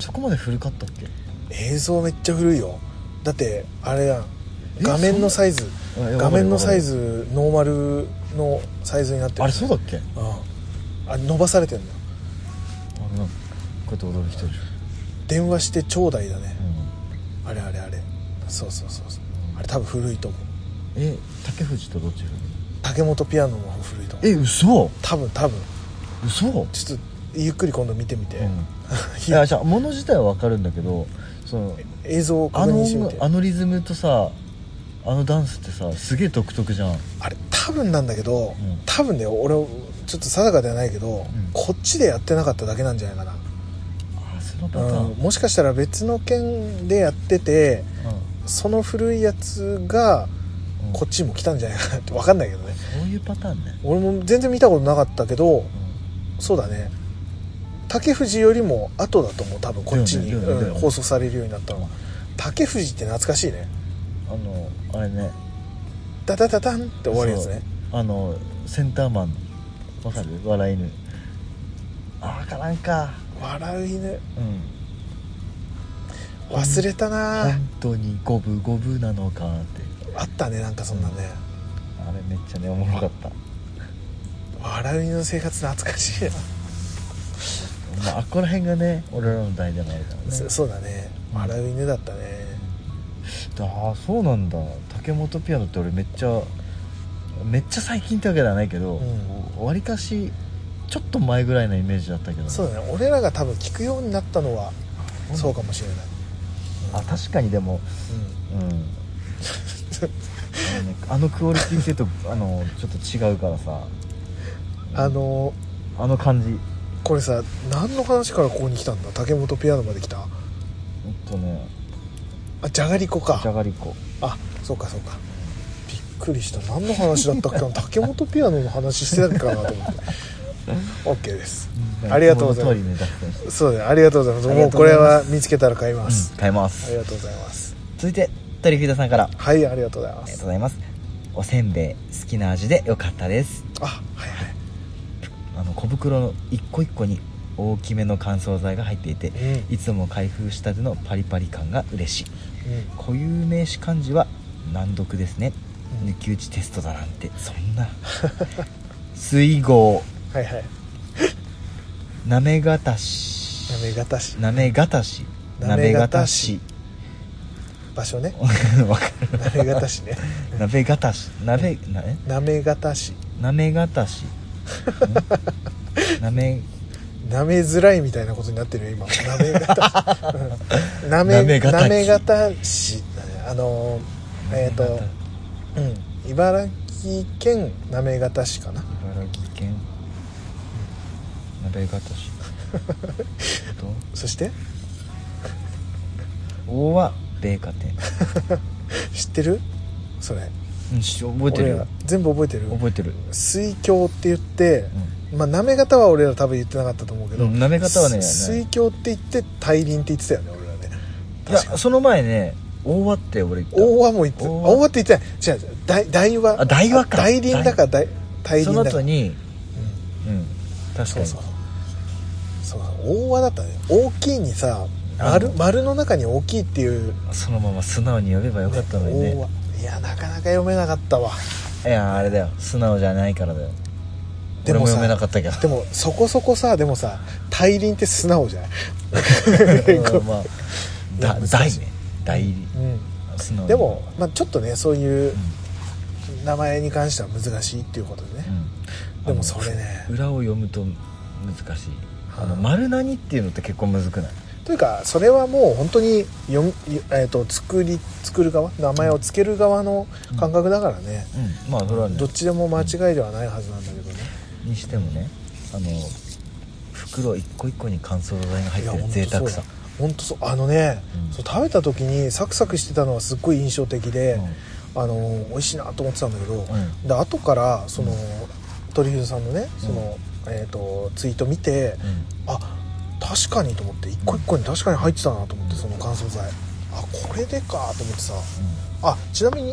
Speaker 2: そこまで古かったっけ
Speaker 1: 映像めっちゃ古いよだってあれやん
Speaker 2: え
Speaker 1: 画面のサイズ
Speaker 2: そんなあいや
Speaker 1: 画面の
Speaker 2: わかる
Speaker 1: サイズノーマルのサイズになってる
Speaker 2: あれそうだっけあ
Speaker 1: うんあれ伸ばされてんの
Speaker 2: のなんかこうやって踊る人でしょ
Speaker 1: 電話してちょうだいだね、あれあれあれそうそうそうそうあれ多分古いと思う
Speaker 2: うんえ竹藤とどっち
Speaker 1: 竹本ピアノの方古いと思う
Speaker 2: え嘘
Speaker 1: 多分多分
Speaker 2: 嘘
Speaker 1: ちょっとゆっくり今度見てみて、
Speaker 2: うんい
Speaker 1: いや
Speaker 2: やじゃあ物自体はわかるんだけどその
Speaker 1: 映像を
Speaker 2: あ
Speaker 1: 確
Speaker 2: の
Speaker 1: 認して
Speaker 2: 音
Speaker 1: み
Speaker 2: 楽
Speaker 1: て
Speaker 2: あのリズムとさあのダンスってさすげえ独特じゃん
Speaker 1: あれ多分なんだけど、
Speaker 2: ん
Speaker 1: 多分ね俺ちょっと定かではないけど、
Speaker 2: ん
Speaker 1: こっちでやってなかっただけなんじゃないかな、
Speaker 2: あそのパターン、
Speaker 1: うん、もしかしたら別の県でやっててその古いやつが
Speaker 2: うん
Speaker 1: こっちにも来たんじゃないかなって分かんないけどね
Speaker 2: そういうパターンね、
Speaker 1: 俺も全然見たことなかったけどそうだね竹藤よりも後だと思う多分こっちに、
Speaker 2: だよねだよねだ
Speaker 1: う
Speaker 2: よ
Speaker 1: ん
Speaker 2: ね
Speaker 1: 放送されるようになったのは竹藤って懐かしいね
Speaker 2: あのあれね
Speaker 1: ダダダダンって終わるやつね
Speaker 2: そうあのセンターマンわかる笑い犬あ分からんか
Speaker 1: 笑う犬
Speaker 2: うん
Speaker 1: 忘れたなあ
Speaker 2: 本当に五分五分なのかって
Speaker 1: ったねなんかそんなね、
Speaker 2: あれめっちゃねおもろかった、
Speaker 1: 笑う犬の生活懐かしいな、
Speaker 2: まああっこら辺がね俺らの代でもあるからね
Speaker 1: そそうだね
Speaker 2: うん
Speaker 1: 笑う犬だったね
Speaker 2: ああそうなんだ竹本ピアノって俺めっちゃめっちゃ最近ってわけではないけど
Speaker 1: うん
Speaker 2: わり、かしちょっと前ぐらいのイメージだったけどね、
Speaker 1: そうだね俺らが多分聞くようになったのはそうかもしれない、
Speaker 2: あ確かにでも
Speaker 1: うん
Speaker 2: うんあのねあのクオリティ性とあのちょっと違うからさ
Speaker 1: あの
Speaker 2: あの感じうん
Speaker 1: これさ何の話からここに来たんだ竹本ピアノまで来た
Speaker 2: とね
Speaker 1: あじゃがりこ
Speaker 2: じゃ
Speaker 1: か
Speaker 2: がりこ
Speaker 1: あそうかそうかびっくりした何の話だったっけな 竹本ピアノの話してたっけかなと思って OK ですありがとうございます
Speaker 2: います通りね脱線して
Speaker 1: そうだねありがとうございます
Speaker 2: ありが
Speaker 1: もう
Speaker 2: とう
Speaker 1: こ
Speaker 2: ござ
Speaker 1: れ
Speaker 2: います
Speaker 1: は見つけたら買います、
Speaker 2: うん買いま
Speaker 1: あ
Speaker 2: す
Speaker 1: りがとうございます
Speaker 2: 続いてトリフィードさんからあり
Speaker 1: はいありがとうございま
Speaker 2: がとう
Speaker 1: す
Speaker 2: ございますおせんべい好きな味でよかったです
Speaker 1: あはいはい
Speaker 2: あの小袋の一個一個に大きめの乾燥剤が入っていて
Speaker 1: うん、
Speaker 2: いつも開封したてのパリパリ感が嬉しい
Speaker 1: うん
Speaker 2: 固有名詞漢字は難読ですね、
Speaker 1: うん
Speaker 2: 抜き打ちテストだなんてそんな 水郷
Speaker 1: はいはい
Speaker 2: なめがたし
Speaker 1: なめがた市
Speaker 2: なめがたし
Speaker 1: な
Speaker 2: な
Speaker 1: め
Speaker 2: め
Speaker 1: が
Speaker 2: が
Speaker 1: た
Speaker 2: た
Speaker 1: し
Speaker 2: し
Speaker 1: 場所ね
Speaker 2: わかる
Speaker 1: なめがた市ね
Speaker 2: なめがたしなめなえ
Speaker 1: なめがた市
Speaker 2: なめがたしんなめ
Speaker 1: 舐めづらいみたいなことになってるよ今舐め方うん舐め
Speaker 2: 舐め方
Speaker 1: 舐め方市だねあのーえっ、と、うん、茨城県なめがた市かな
Speaker 2: 茨城県鍋形市と
Speaker 1: そして
Speaker 2: 大は米花店
Speaker 1: 知ってるそれ
Speaker 2: うんし覚えてる
Speaker 1: 俺ら
Speaker 2: よ
Speaker 1: 全部覚えてる
Speaker 2: 覚えてる
Speaker 1: 水郷って言って、まあなめ方は俺ら多分言ってなかったと思うけど、
Speaker 2: うん舐め方はね
Speaker 1: す
Speaker 2: ない
Speaker 1: 水郷って言って大輪って言ってたよね俺らね
Speaker 2: いやその前ね大和って俺言った
Speaker 1: 大和も言って
Speaker 2: 大
Speaker 1: 大
Speaker 2: 和
Speaker 1: 和って言ってない違う違う大大和
Speaker 2: あ大和か
Speaker 1: あ大輪だから大大
Speaker 2: そ
Speaker 1: 輪
Speaker 2: の
Speaker 1: だか
Speaker 2: 後
Speaker 1: ら
Speaker 2: に
Speaker 1: うん
Speaker 2: うん確か
Speaker 1: そう
Speaker 2: に
Speaker 1: そうそう大和だったね大きいにさ丸
Speaker 2: うん
Speaker 1: 丸の中に大きいっていう、
Speaker 2: そのまま素直に呼べばよかったのに
Speaker 1: 大
Speaker 2: ね
Speaker 1: 和いやなかなか読めなかったわ
Speaker 2: いやあれだよ素直じゃないからだよ
Speaker 1: で
Speaker 2: 俺
Speaker 1: も
Speaker 2: も
Speaker 1: さ
Speaker 2: 読めなかったけど
Speaker 1: でもそこそこさでもさ大輪って素直じゃない
Speaker 2: うん まあだ
Speaker 1: いや難
Speaker 2: 大
Speaker 1: しい
Speaker 2: ね大入り
Speaker 1: うん
Speaker 2: 素直に
Speaker 1: でも、まあ、ちょっとねそういう
Speaker 2: うん
Speaker 1: 名前に関しては難しいっていうことでね、
Speaker 2: うん
Speaker 1: でもそれね
Speaker 2: あの裏を読むと難しいあの
Speaker 1: うん
Speaker 2: 丸何っていうのって結構むずくない
Speaker 1: というかそれはもう本当に読み、えー、と作り作る側名前を付ける側の感覚だからね、
Speaker 2: うんまあそれはね
Speaker 1: どっちでも間違いではないはずなんだけどね、
Speaker 2: にしてもねあの袋一個一個に乾燥剤が入ってる贅沢さ
Speaker 1: 本当そうあのね、
Speaker 2: うん
Speaker 1: そう食べた時にサクサクしてたのはすっごい印象的で、
Speaker 2: う
Speaker 1: あのー美味しいなと思ってたんだけど、
Speaker 2: ん
Speaker 1: で後からその、
Speaker 2: うん
Speaker 1: トリフルさんのねその、えー、とツイート見て、
Speaker 2: う
Speaker 1: あ確かにと思って一個一個に確かに入ってたなと思ってその乾燥剤あこれでかと思ってさ
Speaker 2: んうん
Speaker 1: あちなみに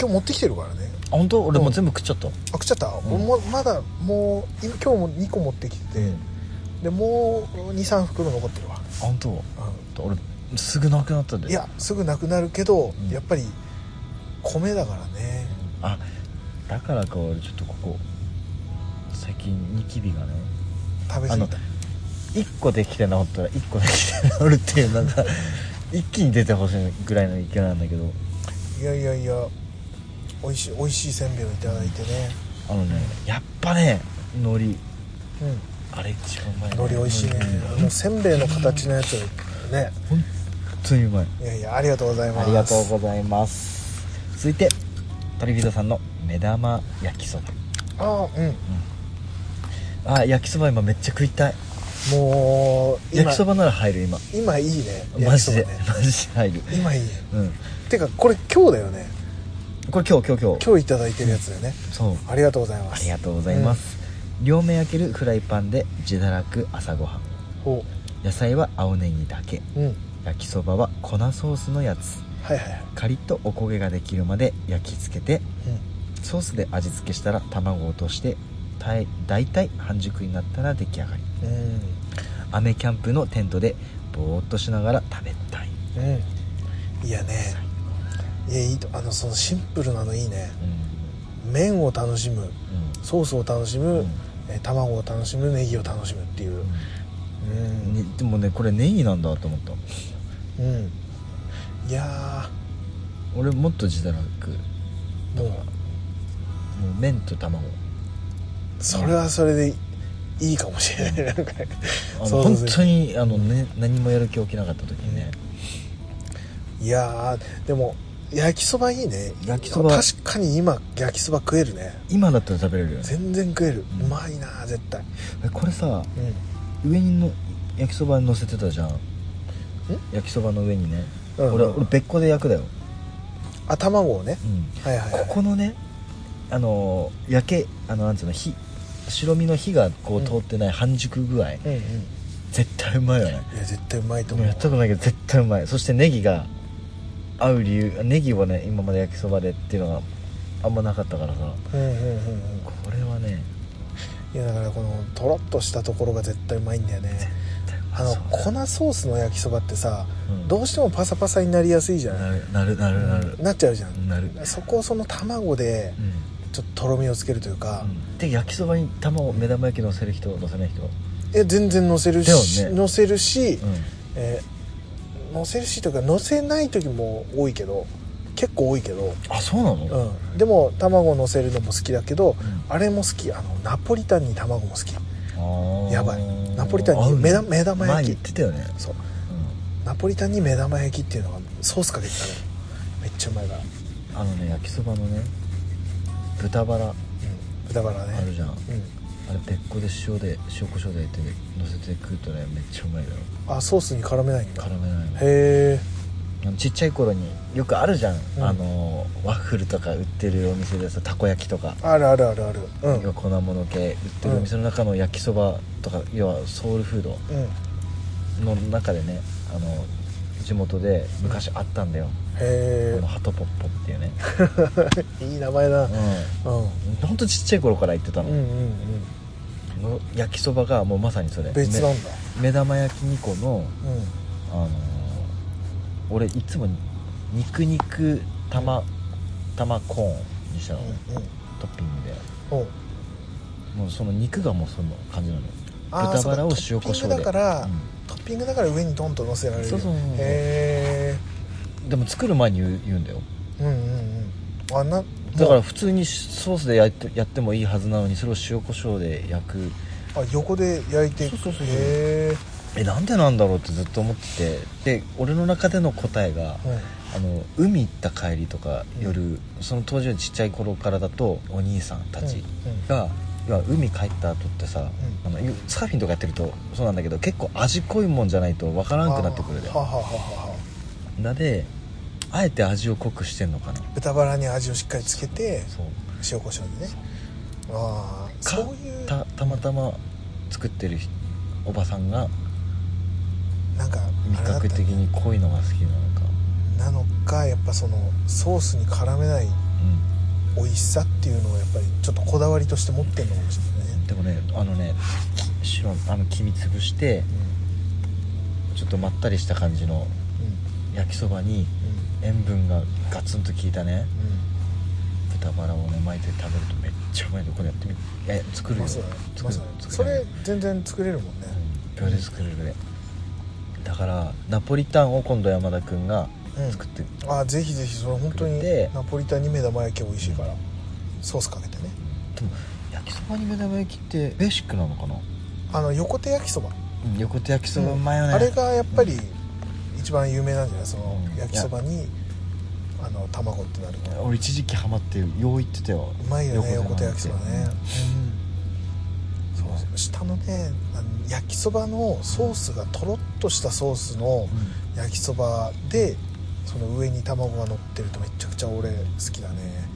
Speaker 1: 今日持ってきてるからね
Speaker 2: あ本当俺もう全部食っちゃった
Speaker 1: あ食っちゃった、
Speaker 2: ん
Speaker 1: 俺もまだもう今今日も2個持ってきてて、でもう23袋残ってるわ、
Speaker 2: あ本当俺すぐなくなったで
Speaker 1: いやすぐなくなるけど、
Speaker 2: うん
Speaker 1: やっぱり米だからね
Speaker 2: あだからか俺ちょっとここ最近ニキビがね
Speaker 1: 食べ
Speaker 2: あ
Speaker 1: 過ぎ
Speaker 2: の
Speaker 1: た
Speaker 2: 1個できて治ったら1個できて治るっていう なんか一気に出てほしいぐらいの勢いなんだけど
Speaker 1: いやいやいや美味しい美味しいせんべいをいただいてね
Speaker 2: あのねやっぱね海苔
Speaker 1: うん
Speaker 2: あれ一番うまい、ね、
Speaker 1: 海苔美味しいね
Speaker 2: 海苔
Speaker 1: もうせんべいの形のやつね
Speaker 2: 本当にうまい
Speaker 1: いやいやありがとうございます
Speaker 2: ありがとうございます続いて鳥人さんの目玉焼きそば
Speaker 1: ああうん
Speaker 2: あ焼きそば今めっちゃ食いたい
Speaker 1: もう今
Speaker 2: 焼きそばなら入る今
Speaker 1: 今いいね
Speaker 2: マジで、
Speaker 1: 焼きそばね
Speaker 2: マジで入る
Speaker 1: 今いいね
Speaker 2: うん
Speaker 1: てかこれ今日だよね
Speaker 2: これ今日今日今日
Speaker 1: 今日いただいてるやつだよね
Speaker 2: そう
Speaker 1: ありがとうございま
Speaker 2: あ
Speaker 1: す
Speaker 2: りがとうございます、両面焼けるフライパンで自堕落朝ごはん
Speaker 1: お
Speaker 2: 野菜は青ネギだけ
Speaker 1: うん
Speaker 2: 焼きそばは粉ソースのやつ
Speaker 1: はいはいはい
Speaker 2: カリッとお焦げができるまで焼き付けて
Speaker 1: うん
Speaker 2: ソースで味付けしたら卵を落としてたい大体半熟になったら出来上がり
Speaker 1: うん
Speaker 2: アメキャンプのテントでぼーっとしながら食べたい
Speaker 1: うんいやねいやいいとあのそのシンプルなのいいね
Speaker 2: う
Speaker 1: 麺を楽しむ
Speaker 2: んうん
Speaker 1: ソースを楽しむ、
Speaker 2: うん
Speaker 1: えー卵を楽しむネギを楽しむっていううん、
Speaker 2: ね、でもねこれネギなんだと思った
Speaker 1: うんいや
Speaker 2: 俺もっと自堕落も
Speaker 1: ーも
Speaker 2: う麺と卵
Speaker 1: うそれはそれでいいかもしれない、なんかね
Speaker 2: あ
Speaker 1: そ
Speaker 2: の
Speaker 1: うそう
Speaker 2: 本
Speaker 1: そう
Speaker 2: 当にあの、ね、何もやる気起きなかった時にね
Speaker 1: いやーでも焼きそばいいね
Speaker 2: 焼きそば
Speaker 1: 確かに今焼きそば食えるね
Speaker 2: 今だったら食べれるよね
Speaker 1: 全然食える、
Speaker 2: う
Speaker 1: うんまいな絶対
Speaker 2: えこれさ
Speaker 1: うん
Speaker 2: 上にの焼きそばに乗せてたじゃん焼きそばの上にね、
Speaker 1: うん
Speaker 2: 俺俺別個で焼くだよ、
Speaker 1: あ卵をね
Speaker 2: うん、
Speaker 1: はいはいは
Speaker 2: こ
Speaker 1: い
Speaker 2: このねあの焼けあのなんつうの火白身の火がこう
Speaker 1: うん
Speaker 2: 通ってない半熟具合、
Speaker 1: うんうんい
Speaker 2: 絶対うまいよね
Speaker 1: や絶対うまいと
Speaker 2: も
Speaker 1: 思
Speaker 2: う
Speaker 1: う
Speaker 2: やったことないけど絶対うまいそしてネギが合う理由ネギはね今まで焼きそばでっていうのがあんまなかったからさ
Speaker 1: うんうんうんうん
Speaker 2: これはね
Speaker 1: いやだからこのとろっとしたところが絶対うまいんだよねあの粉ソースの焼きそばってさ、
Speaker 2: うん
Speaker 1: どうしてもパサパサになりやすいじゃない
Speaker 2: なるなるなるなる
Speaker 1: なっちゃうじゃん
Speaker 2: なる
Speaker 1: そこをその卵で
Speaker 2: うん
Speaker 1: ちょっととろみをつけるというか、
Speaker 2: で焼きそばに卵目玉焼き乗せる人乗せない人
Speaker 1: え全然乗せるし、
Speaker 2: だよね
Speaker 1: 乗せるし、
Speaker 2: うん
Speaker 1: えー乗せるしというか乗せない時も多いけど結構多いけど、
Speaker 2: あそうなの、
Speaker 1: うん、でも卵乗せるのも好きだけど、
Speaker 2: ん
Speaker 1: あれも好きあのナポリタンに卵も好き
Speaker 2: あー
Speaker 1: やばいナポリタンに
Speaker 2: 合うね
Speaker 1: 目玉目玉焼き
Speaker 2: 前言ってたよね
Speaker 1: そう
Speaker 2: う
Speaker 1: ナポリタンに目玉焼きっていうのがソースかけてたねめっちゃうまいから、うん、
Speaker 2: んあのね焼きそばのね豚バラ
Speaker 1: 豚バラね
Speaker 2: あるじゃん
Speaker 1: う
Speaker 2: あれ別個で塩で塩コショウで焼いて乗せて食うとねめっちゃうまいだよ
Speaker 1: んあソースに絡めないんだ
Speaker 2: 絡めないの
Speaker 1: へえ
Speaker 2: あのちっちゃい頃によくあるじゃん、
Speaker 1: うん
Speaker 2: あのワッフルとか売ってるお店でさたこ焼きとか、
Speaker 1: あるあるあるあるうんうん
Speaker 2: 要は粉物系売ってるお店の中の焼きそばとか、要はソウルフードの中でねあの地元で昔あったんだよ、
Speaker 1: へ
Speaker 2: あのハトポッポっていうね、
Speaker 1: えいい名前だ
Speaker 2: う
Speaker 1: うんん
Speaker 2: ほんとちっちゃい頃から行ってた
Speaker 1: う
Speaker 2: の,、
Speaker 1: んうん
Speaker 2: の焼きそばがもうまさにそれ
Speaker 1: うん別なんだ
Speaker 2: め目玉焼き2個の
Speaker 1: う
Speaker 2: あのー俺いつも肉肉玉玉コーンにしたの、
Speaker 1: んうん
Speaker 2: トッピングで
Speaker 1: うんうん
Speaker 2: もうその肉がもうその感じなのよ
Speaker 1: あー
Speaker 2: 豚バラを
Speaker 1: そ
Speaker 2: 塩
Speaker 1: っか
Speaker 2: コショウで
Speaker 1: トッピングだから、
Speaker 2: うん
Speaker 1: トッピングだから上にドンと乗せられる
Speaker 2: そうそうそうそう
Speaker 1: へ
Speaker 2: でも作る前に言う言うんだよ
Speaker 1: えうんうんうんあな
Speaker 2: だから
Speaker 1: も
Speaker 2: 普通にソースでやってやってもいいはずなのにそれを塩コショウで焼く
Speaker 1: うあ横で焼いていく
Speaker 2: そうそうそうそう
Speaker 1: へえ
Speaker 2: えなんでなんだろうってずっと思っててで俺の中での答えが、あの海行った帰りとか夜、その当時のちっちゃい頃からだとお兄さんたちが、要は海帰った後ってさ、
Speaker 1: う
Speaker 2: あのサーフィンとかやってるとそうなんだけど結構味濃いもんじゃないとわからんくなってくるで
Speaker 1: はははははは
Speaker 2: なであえて味を濃くしてんのかな
Speaker 1: 豚バラに味をしっかりつけて
Speaker 2: そう
Speaker 1: 塩コショウでねああ
Speaker 2: か
Speaker 1: そういう
Speaker 2: たたまたま作ってる人おばさんが
Speaker 1: なんかあ
Speaker 2: 味
Speaker 1: れだっ
Speaker 2: 覚
Speaker 1: たんだ
Speaker 2: 的に濃いのが好きなのか
Speaker 1: なのかやっぱそのソースに絡めない美味しさっていうのをやっぱりちょっとこだわりとして持ってるのかもしれない
Speaker 2: うん
Speaker 1: ね
Speaker 2: でもねあのね白あの黄身潰してちょっとまったりした感じの焼きそばに
Speaker 1: う
Speaker 2: 塩分がガツンと効いたね
Speaker 1: んうんうん
Speaker 2: 豚バラをね巻いて食べるとめっちゃうまいのこれやってみえ作るよ
Speaker 1: まさ
Speaker 2: 作
Speaker 1: に
Speaker 2: る
Speaker 1: まさにそ
Speaker 2: 作るよ
Speaker 1: れ全然作れるもんね
Speaker 2: うん秒で作れるねだからナポリタンを今度山田君が
Speaker 1: うん
Speaker 2: 作って
Speaker 1: あぜひぜひそれ本当に
Speaker 2: 作って
Speaker 1: ナポリタンに目玉焼き美味しいからソースかけてね
Speaker 2: でも焼きそばに目玉焼きってベーシックなのかな、
Speaker 1: あの横手焼きそば
Speaker 2: うん、横手焼きそばうまいよね、
Speaker 1: あれがやっぱり一番有名なんじゃないその
Speaker 2: うん
Speaker 1: 焼きそばにあの卵ってなるからう
Speaker 2: 俺一時期ハマってよう言ってたよ
Speaker 1: まいよね横手焼きそばね
Speaker 2: うんそう
Speaker 1: うん下のねあの焼きそばのソースがとろっとしたソースの焼きそばでその上に卵が乗ってるとめちゃくちゃ俺好きだね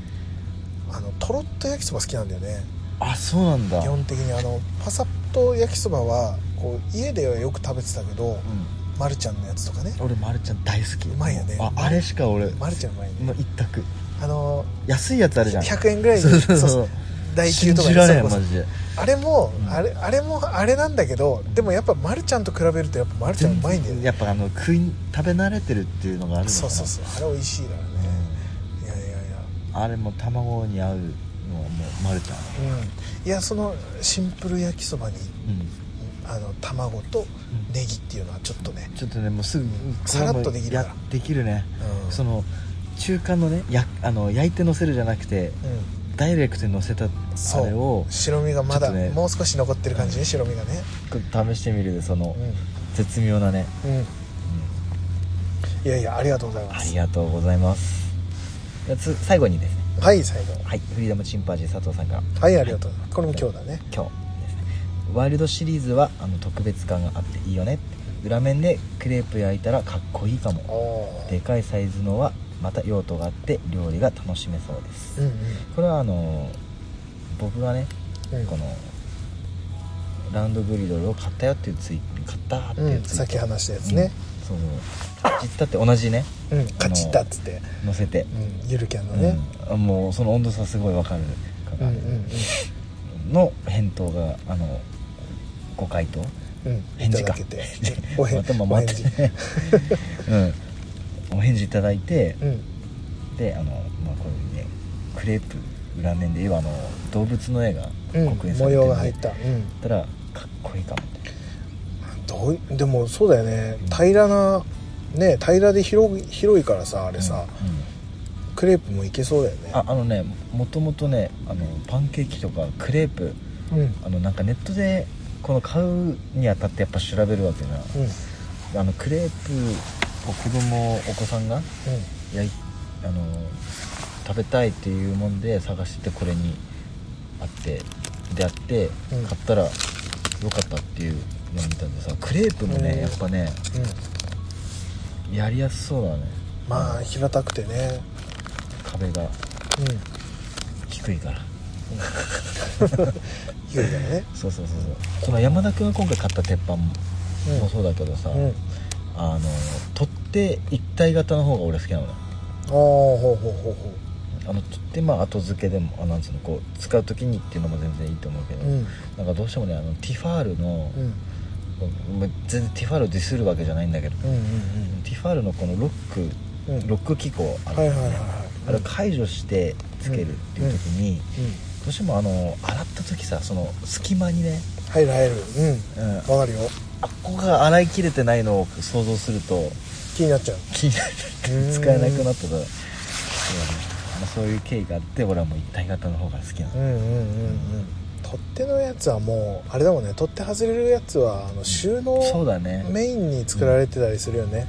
Speaker 1: あのとろっと焼きそば好きなんだよね
Speaker 2: あそうなんだ
Speaker 1: 基本的にあのパサッと焼きそばはこう家ではよく食べてたけど、
Speaker 2: う
Speaker 1: まるちゃんのやつとかね
Speaker 2: ん、俺まるちゃん大好き
Speaker 1: うまいよね
Speaker 2: ああれしか俺
Speaker 1: まるちゃんうまいね
Speaker 2: の一択
Speaker 1: あの
Speaker 2: 安いやつあるじゃん
Speaker 1: 100円ぐらい に
Speaker 2: そうそうそう
Speaker 1: そう大
Speaker 2: 信
Speaker 1: 級とか
Speaker 2: じ
Speaker 1: ね
Speaker 2: られんマ
Speaker 1: そうそう
Speaker 2: ジで
Speaker 1: あれも、
Speaker 2: うん
Speaker 1: あれあれもあれなんだけどでもやっぱまるちゃんと比べるとやっぱまるちゃんうまいんだ
Speaker 2: 全
Speaker 1: よ
Speaker 2: 然
Speaker 1: ね
Speaker 2: やっぱあの食い食べ慣れてるっていうのがあるのかな
Speaker 1: そうそうそうあれ美味しいからねいやいやいや
Speaker 2: あれも卵に合うのはもうまるちゃん
Speaker 1: うんいやそのシンプル焼きそばに
Speaker 2: うん
Speaker 1: あの卵とネギっていうのはちょっとね、
Speaker 2: ちょっとねもうすぐ
Speaker 1: さらっとできるから
Speaker 2: やできるね
Speaker 1: うん、
Speaker 2: その中間のねやあの焼いてのせるじゃなくて
Speaker 1: うん
Speaker 2: ダイレクトにのせた
Speaker 1: そ
Speaker 2: あ
Speaker 1: う
Speaker 2: れを
Speaker 1: 白身がまだ、
Speaker 2: ちょっとね
Speaker 1: もう少し残ってる感じね白身がね
Speaker 2: 試してみるでその
Speaker 1: う
Speaker 2: 絶妙なね、
Speaker 1: ん、うん、いやいやありがとうございま
Speaker 2: あ
Speaker 1: す
Speaker 2: りがとうございますじゃあつ最後にですね
Speaker 1: はい最後
Speaker 2: はいフリーダムチンパンジー佐藤さんから
Speaker 1: はいありがとうございますこれも今日だね
Speaker 2: 今日ですねワイルドシリーズはあの特別感があっていいよね裏面でクレープ焼いたらかっこいいかも
Speaker 1: おー
Speaker 2: でかいサイズのはまた用途があって料理が楽しめそうです
Speaker 1: うん
Speaker 2: これはあの僕がね
Speaker 1: うんうん
Speaker 2: このラウンドグリドルを買ったよっていうツイ買ったって
Speaker 1: う、
Speaker 2: いうんツイ
Speaker 1: さっき話したやつね、
Speaker 2: うんそうそう実ったって同じね
Speaker 1: うんカチッたっつって、
Speaker 2: 乗せて、
Speaker 1: うん、ゆるキャンのね、
Speaker 2: うんもうその温度差すごいわかるか
Speaker 1: う
Speaker 2: ら、
Speaker 1: ん、うんうん
Speaker 2: の返答があのご回答
Speaker 1: うん
Speaker 2: 返事
Speaker 1: い
Speaker 2: か
Speaker 1: ただけ ておへ
Speaker 2: 頭
Speaker 1: お返
Speaker 2: 回っ
Speaker 1: 事
Speaker 2: てねうんお返事いただいて
Speaker 1: うん
Speaker 2: であの、まあ、こういうねクレープ裏面で要はあの動物の絵が
Speaker 1: うん
Speaker 2: 刻印さ
Speaker 1: 模
Speaker 2: れてる
Speaker 1: 様
Speaker 2: ん
Speaker 1: が入っ
Speaker 2: だ
Speaker 1: た、うん、
Speaker 2: ったらかっこいいかもって
Speaker 1: どういでもそうだよね平らなね平らで広い広いからさあれさ、
Speaker 2: うんうん
Speaker 1: クレープもいけそうだよね
Speaker 2: ああのねもともとねあのパンケーキとかクレープ
Speaker 1: うん
Speaker 2: あのなんかネットでこの買うにあたってやっぱ調べるわけじゃん
Speaker 1: うんうん
Speaker 2: あのクレープを子供お子さんがやいあの食べたいっていうもんで探してこれにあってであって
Speaker 1: うん
Speaker 2: 買ったらよかったっていうのを見たんでさクレープも
Speaker 1: うん
Speaker 2: ねやっぱね
Speaker 1: うん
Speaker 2: やりやすそうだね
Speaker 1: まあ平たくてね
Speaker 2: 壁が
Speaker 1: うんうん
Speaker 2: 低いから
Speaker 1: 有利だね
Speaker 2: そうそうそうそうその山田君が今回買った鉄板も
Speaker 1: うん
Speaker 2: そうだけどさ、
Speaker 1: うん
Speaker 2: あの取っ手一体型の方が俺好きなのね
Speaker 1: ああほうほうほうほ
Speaker 2: あの取っ手まあ後付けでもあなんつうのこう使う時にっていうのも全然いいと思うけど、
Speaker 1: ううん
Speaker 2: なんかどうしてもねあのティファールの
Speaker 1: う、ん
Speaker 2: ま全然ティファールをディスるわけじゃないんだけど、
Speaker 1: うん
Speaker 2: ティファールのこのロック
Speaker 1: うんうん
Speaker 2: ロック機構ある、
Speaker 1: はいはいはいはい
Speaker 2: あれを解除してつけるっていう時に、
Speaker 1: うん
Speaker 2: どうしてもあの洗った時さその隙間にね、
Speaker 1: 入る入る
Speaker 2: うん、あ
Speaker 1: うんわかるよ
Speaker 2: っこが洗い切れてないのを想像すると
Speaker 1: 気になっちゃう
Speaker 2: 気になる
Speaker 1: うん
Speaker 2: 使えなくなったとそう,、ね、あのそういう経緯があって俺はもう一体型の方が好きな
Speaker 1: う
Speaker 2: の、
Speaker 1: んうんうんうん取っ手のやつはもうあれだもんね取っ手外れるやつはあの収納
Speaker 2: そうだね
Speaker 1: メインに作られてたりするよね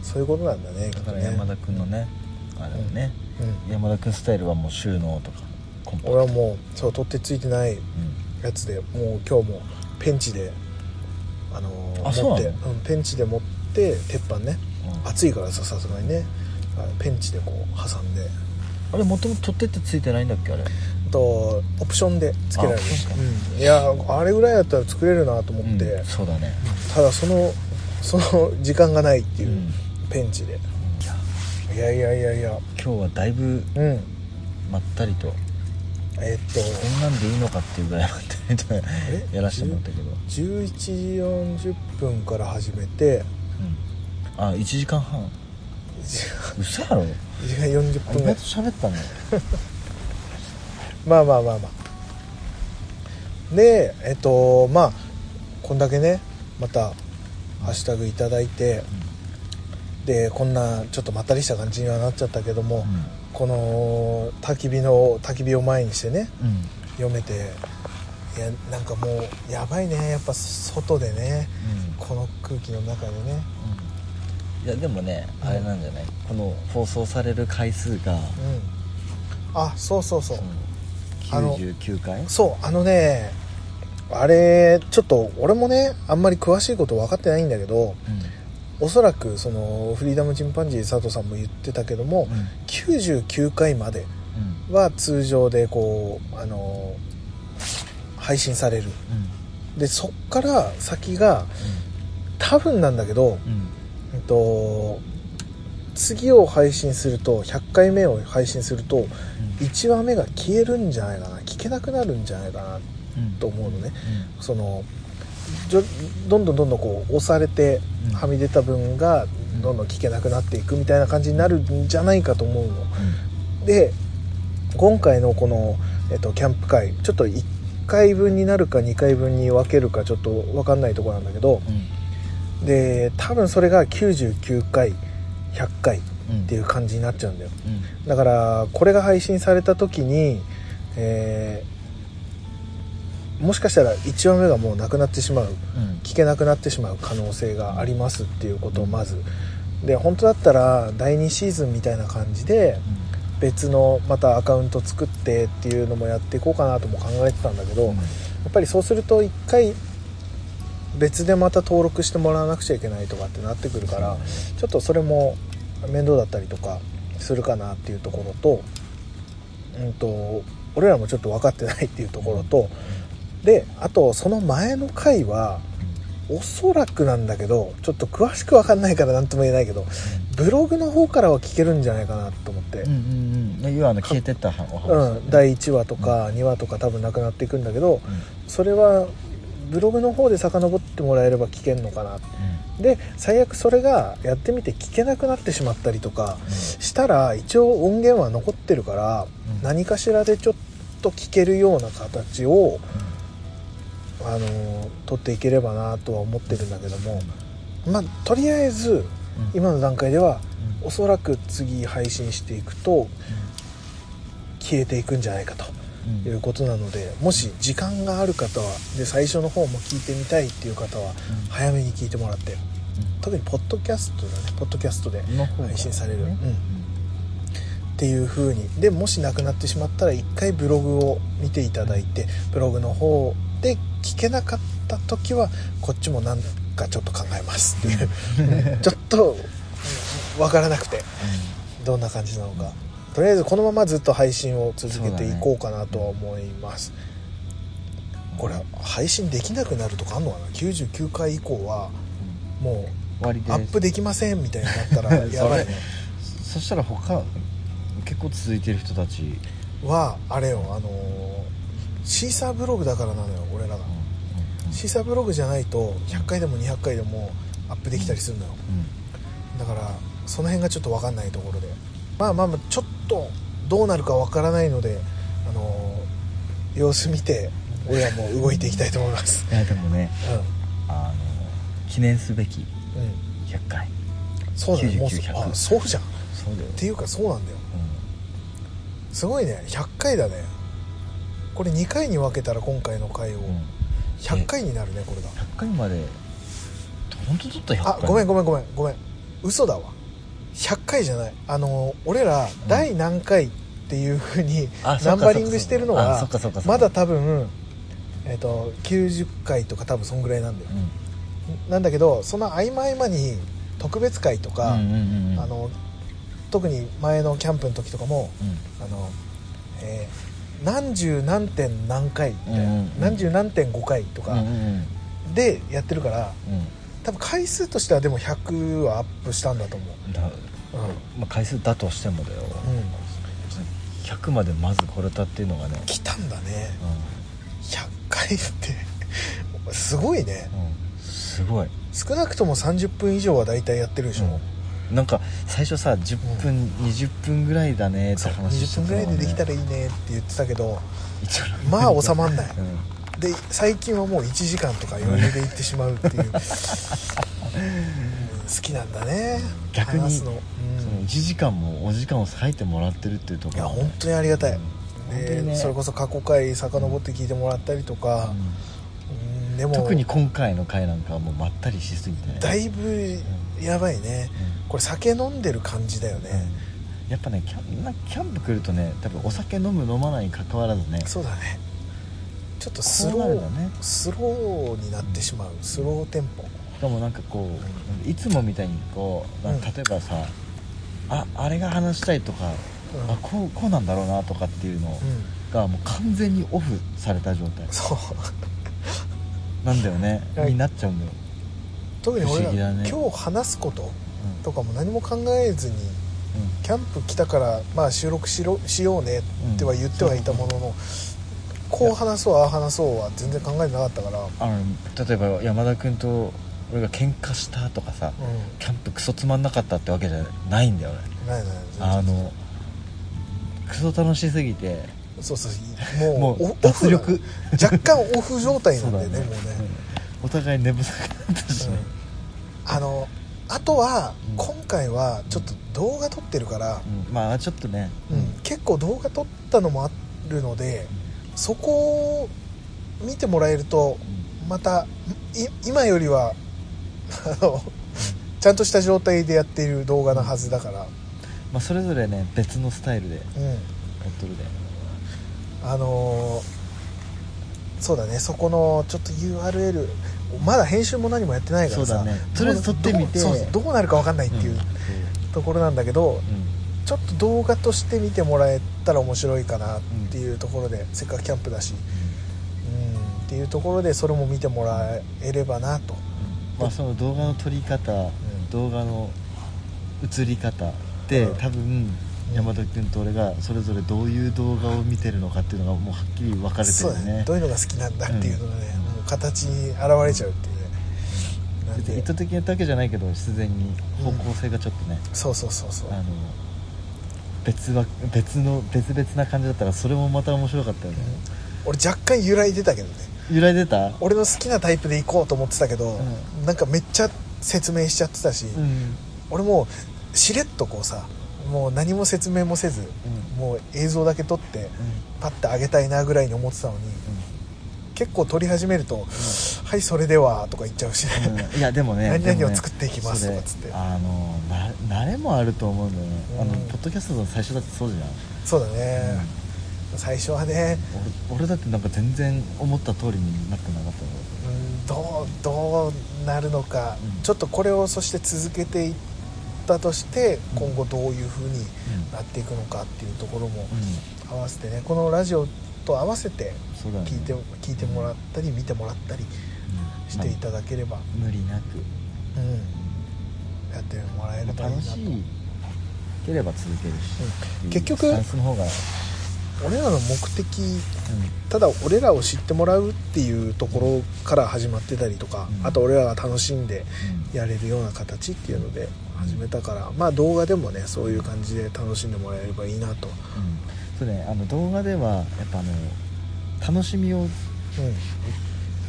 Speaker 2: う
Speaker 1: そういうことなんだねき
Speaker 2: ん、
Speaker 1: っ
Speaker 2: だ
Speaker 1: と
Speaker 2: から
Speaker 1: ね
Speaker 2: 山田君のね、あれをね、
Speaker 1: うん
Speaker 2: 山田君スタイルはもう収納とかコンパク
Speaker 1: 俺は
Speaker 2: ト、
Speaker 1: もうそう取っ手ついてないやつでもう今日もペンチであのー
Speaker 2: あそう
Speaker 1: 持
Speaker 2: な
Speaker 1: って、
Speaker 2: の
Speaker 1: うん、ペンチで持って鉄板ね
Speaker 2: うんうんあ
Speaker 1: 熱いからささすがにねあペンチでこう挟んで
Speaker 2: れもともと取っ手ってついてないんだっけあれ
Speaker 1: あとオプションでつけられ
Speaker 2: あ
Speaker 1: る
Speaker 2: オプションか、
Speaker 1: うん、いやあれぐらいだったら作れるなと思って、
Speaker 2: うんそうだね
Speaker 1: ただそのその 時間がないっていう、
Speaker 2: うん
Speaker 1: ペンチで
Speaker 2: いや
Speaker 1: いやいやいやいや
Speaker 2: 今日はだいぶ
Speaker 1: うん
Speaker 2: まったりとこ
Speaker 1: えっと
Speaker 2: んなんでいいのかっていうぐらいまったりと
Speaker 1: れ
Speaker 2: やらせてもらったけど、うん、
Speaker 1: 11時40分から始めて
Speaker 2: あ1時間半
Speaker 1: 1
Speaker 2: 嘘やろ
Speaker 1: 時間40
Speaker 2: 意
Speaker 1: 分ぐら
Speaker 2: 外と喋
Speaker 1: い
Speaker 2: ったの
Speaker 1: まあまあまあまあでえっとまあこんだけねまたハッシュタグいただいてでこんなちょっとまったりした感じにはなっちゃったけども、この焚き火の焚き火を前にしてね
Speaker 2: うん、うん
Speaker 1: 読めていやなんかもうやばいねやっぱ外でね
Speaker 2: うん
Speaker 1: この空気の中でね
Speaker 2: いやでもね
Speaker 1: うん
Speaker 2: あれなんじゃない、この放送される回数が、
Speaker 1: うんあそうそうそう
Speaker 2: その
Speaker 1: あの
Speaker 2: 99回
Speaker 1: そうあのねあれちょっと俺もねあんまり詳しいこと分かってないんだけどおそらくそのフリーダムチンパンジー佐藤さんも言ってたけども
Speaker 2: うん、うん
Speaker 1: 99回まで
Speaker 2: うん
Speaker 1: は通常でこうあの配信されるでそっから先が多分なんだけど、
Speaker 2: うんうん
Speaker 1: えっと、次を配信すると100回目を配信すると1話目が消えるんじゃないかな聞けなくなるんじゃないかな
Speaker 2: うん
Speaker 1: と思うのね
Speaker 2: う
Speaker 1: そのじょどんどんどんどんこう押されて
Speaker 2: うん
Speaker 1: はみ出た分がどんどん聞けなくなっていくみたいな感じになるんじゃないかと思うので今回のこの、えっと、キャンプ会ちょっと1回分になるか2回分に分けるかちょっと分かんないところなんだけど、
Speaker 2: ん
Speaker 1: で多分それが99回100回っ
Speaker 2: うん
Speaker 1: ていう感じになっちゃうんだよ
Speaker 2: うん
Speaker 1: だからこれが配信された時に、えーもしかしたら1話目がもうなくなってしまう
Speaker 2: うん
Speaker 1: 聞けなくなってしまう可能性がありますっていうことをまずで本当だったら第2シーズンみたいな感じで別のまたアカウント作ってっていうのもやっていこうかなとも考えてたんだけど、
Speaker 2: うん
Speaker 1: やっぱりそうすると1回別でまた登録してもらわなくちゃいけないとかってなってくるからちょっとそれも面倒だったりとかするかなっていうところと,、うん、と俺らもちょっと分かってないっていうところとであとその前の回はおそらくなんだけどちょっと詳しく分かんないから 何とも言えないけどブログの方からは聞けるんじゃないかなと思って
Speaker 2: うんう。んうんいわゆるあの消えてったお話
Speaker 1: う
Speaker 2: だね
Speaker 1: ん、第1話とか2話とか多分なくなっていくんだけど、それはブログの方で遡ってもらえれば聞けるのかなで最悪それがやってみて聞けなくなってしまったりとかしたら一応音源は残ってるから
Speaker 2: うん
Speaker 1: 何かしらでちょっと聞けるような形を、あのー取っていければなとは思ってるんだけどもまあとりあえず
Speaker 2: うん
Speaker 1: 今の段階では
Speaker 2: うん
Speaker 1: おそらく次配信していくと消えていくんじゃないかと
Speaker 2: うん
Speaker 1: いうことなのでもし時間がある方はで最初の方も聞いてみたいっていう方は早めに聞いてもらって特にポッドキャストだねポッドキャストで
Speaker 2: の方が
Speaker 1: 配信される、
Speaker 2: ね
Speaker 1: うんっていう風にでもしなくなってしまったら一回ブログを見ていただいてブログの方で聞けなかった時はこっちもなんかちょっと考えますっていう ちょっと分からなくてどんな感じなのかとりあえずこのままずっと配信を続けていこうかなとは思います、これ配信できなくなるとかあんのかな99回以降はも
Speaker 2: 終わりで
Speaker 1: う
Speaker 2: す
Speaker 1: アップできませんみたいにな ったらやばいね
Speaker 2: そそしたら他結構続いてる人たち、
Speaker 1: はあれよあのーシーサーブログだからなのよ俺らがシーサーブログじゃないと100回でも200回でもアップできたりするのよだからその辺がちょっと分かんないところでまあまあまあちょっとどうなるか分からないのであのー様子見て俺はもう動いていきたいと思 います
Speaker 2: いやでもね
Speaker 1: う
Speaker 2: あの記念すべき
Speaker 1: んうん
Speaker 2: 100回
Speaker 1: そうだねもう
Speaker 2: 99 100
Speaker 1: あそうじゃんっ
Speaker 2: そうだよ、
Speaker 1: ていうかそうなんだよすごいね100回だねこれ2回に分けたら今回の回を
Speaker 2: うんうん
Speaker 1: 100回になるねこれが
Speaker 2: 100回まで本当撮った100
Speaker 1: あ
Speaker 2: 回
Speaker 1: ごめんごめんごめんごめん嘘だわ100回じゃないあのー俺ら第何回っていうふうに
Speaker 2: あそっかそっかそっ
Speaker 1: ナン
Speaker 2: か
Speaker 1: バリングしてるの
Speaker 2: あそ
Speaker 1: は
Speaker 2: っかそっかそっか
Speaker 1: まだ多分えっと90回とか多分そんぐらいなんだよ
Speaker 2: うん
Speaker 1: なんだけどその合間合間に特別会とか、
Speaker 2: うんうんうんうん
Speaker 1: あの特に前のキャンプの時とかもあの、えー何十何点何回みたいな、
Speaker 2: うんうんうん
Speaker 1: 何十何点5回と
Speaker 2: うんうん
Speaker 1: か
Speaker 2: うんうん
Speaker 1: でやってるから、
Speaker 2: うん
Speaker 1: 多分回数としてはでも100はアップしたんだと思う
Speaker 2: だまあ、回数だとしてもだよ、
Speaker 1: うん、うん、
Speaker 2: 100までまず来れたっていうのがね、
Speaker 1: 来たんだね
Speaker 2: う
Speaker 1: 100回ってすごいね
Speaker 2: んうん、すごい、
Speaker 1: 少なくとも30分以上は大体やってるでしょ、
Speaker 2: うんなんか最初さ10分、20分ぐらいだねって
Speaker 1: そう
Speaker 2: 話して
Speaker 1: 20分ぐらいでできたらいい
Speaker 2: ね
Speaker 1: ねって言ってたけど
Speaker 2: 一応
Speaker 1: まあ収 まんない
Speaker 2: うんうん
Speaker 1: で最近はもう1時間とか余裕で行ってしまうってい う、うん好きなんだね
Speaker 2: 逆に
Speaker 1: 話すの、うん、
Speaker 2: その1
Speaker 1: い
Speaker 2: 時間もお時間を割いてもらってるっていうところ
Speaker 1: や
Speaker 2: がね
Speaker 1: 本当にありがたい、
Speaker 2: うん本当
Speaker 1: で
Speaker 2: にね
Speaker 1: それこそ過去回遡って聞いてもらったりとか、うんで
Speaker 2: うん
Speaker 1: も
Speaker 2: 特に今回の回なんかはもうまったりしすぎてね
Speaker 1: だいぶやばいね
Speaker 2: うん
Speaker 1: これ酒飲んでる感じだよね、
Speaker 2: やっぱねキャンなんかキャンプ来るとね多分お酒飲む飲まないに関わらずね
Speaker 1: そうだねちょっとス
Speaker 2: こ
Speaker 1: ロ
Speaker 2: うなる
Speaker 1: ー、
Speaker 2: よね
Speaker 1: スローになってしまうスローテンポ
Speaker 2: しかもなんかこういつもみたいにこうなんか
Speaker 1: うん
Speaker 2: 例えばさ、ああれが話したいとか、
Speaker 1: うん
Speaker 2: あこうこうなんだろうなとかっていうの
Speaker 1: うん
Speaker 2: がもう完全にオフされた状態
Speaker 1: そう
Speaker 2: なんだよね、
Speaker 1: はい
Speaker 2: になっちゃうんだよ、
Speaker 1: 特に俺
Speaker 2: 不思
Speaker 1: ら、
Speaker 2: 議だね
Speaker 1: 今日話すこと
Speaker 2: うん
Speaker 1: とかも何も考えずにキャンプ来たから、まあ、収録しろしようねっては言ってはいたものの、こう話そうああ話そうは全然考えてなかったから、うん、
Speaker 2: あの例えば山田君と俺が喧嘩したとかさ、キャンプクソつまんなかったってわけじゃないんだよ俺
Speaker 1: ないない
Speaker 2: あ
Speaker 1: 全然
Speaker 2: のクソ楽しすぎて
Speaker 1: そうそうも
Speaker 2: も
Speaker 1: う
Speaker 2: う
Speaker 1: オ
Speaker 2: 脱力
Speaker 1: オフなの若干オフ状態なんだよね
Speaker 2: そう
Speaker 1: もうね、
Speaker 2: うんお互い寝不足だったしね、
Speaker 1: あのあとは
Speaker 2: うん
Speaker 1: 今回はちょっと動画撮ってるから、
Speaker 2: うんまあちょっとね、
Speaker 1: うん結構動画撮ったのもあるのでそこを見てもらえるとまたい今よりはあのちゃんとした状態でやっている動画のはずだから、
Speaker 2: まあ、それぞれね別のスタイルで
Speaker 1: うん、
Speaker 2: やっとるで
Speaker 1: あのーそうだねそこのちょっと URL まだ編集も何もやってないからさ
Speaker 2: そうだねとりあえず撮ってみて
Speaker 1: どうそうどうなるか分かんないっていううんところなんだけど、ちょっと動画として見てもらえたら面白いかなっていうところで、せっかくキャンプだし、うん、っていうところでそれも見てもらえればなと、
Speaker 2: まあ、その動画の撮り方、
Speaker 1: ん
Speaker 2: 動画の映り方で、
Speaker 1: うん
Speaker 2: 多分
Speaker 1: うん
Speaker 2: 山田君と俺がそれぞれどういう動画を見てるのかっていうのがもうはっきり分かれてる
Speaker 1: そう
Speaker 2: よ
Speaker 1: だね
Speaker 2: ね
Speaker 1: どういうのが好きなんだっていうのがね、
Speaker 2: うん
Speaker 1: もう形に現れちゃうっていうね、なん
Speaker 2: 別に
Speaker 1: で
Speaker 2: 意図的にやったわけじゃないけど自然に方向性がちょっとね、
Speaker 1: そうそうそうそう、
Speaker 2: あの別は別の別々な感じだったらそれもまた面白かったよね、
Speaker 1: 俺若干揺らいでたけどね
Speaker 2: 由来出た
Speaker 1: 俺の好きなタイプで行こうと思ってたけど、
Speaker 2: う
Speaker 1: なんかめっちゃ説明しちゃってたし、
Speaker 2: うん
Speaker 1: 俺もうしれっとこうさもう何も説明もせず、
Speaker 2: う
Speaker 1: もう映像だけ撮って
Speaker 2: ん
Speaker 1: パッて上げたいなぐらいに思ってたのに、結構撮り始めると「はいそれでは」とか言っちゃうし、
Speaker 2: うんいやでもね
Speaker 1: 何々を
Speaker 2: でもね
Speaker 1: 作っていきますとかっつって
Speaker 2: それあのな慣れもあると思うんだよね、
Speaker 1: うん
Speaker 2: あのポッドキャストの最初だってそうじゃん
Speaker 1: そうだね、最初はね
Speaker 2: 俺俺だってなんか全然思った通りになってなかったの
Speaker 1: うんどうどうなるのか、
Speaker 2: うん
Speaker 1: ちょっとこれをそして続けていったとして
Speaker 2: うん
Speaker 1: 今後どういうふうになっていくのかっていうところも合わせてねこのラジオと合わせて
Speaker 2: そうだね
Speaker 1: 聞いて,、
Speaker 2: うん
Speaker 1: 聞いてもらったり見てもらったりしていただければ、
Speaker 2: まあ無理なく
Speaker 1: うん、やってもらえればいい
Speaker 2: 楽
Speaker 1: なと
Speaker 2: しいければ続けるし、
Speaker 1: うん結局
Speaker 2: スタンスの方が、うん
Speaker 1: 俺らの目的ただ俺らを知ってもらうっていうところから始まってたりとか、
Speaker 2: うん
Speaker 1: あと俺らが楽しんで
Speaker 2: うん
Speaker 1: やれるような形っていうので始めたから、まあ動画でもねそういう感じで楽しんでもらえればいいなと、
Speaker 2: うんそうねあの動画ではやっぱあの楽しみを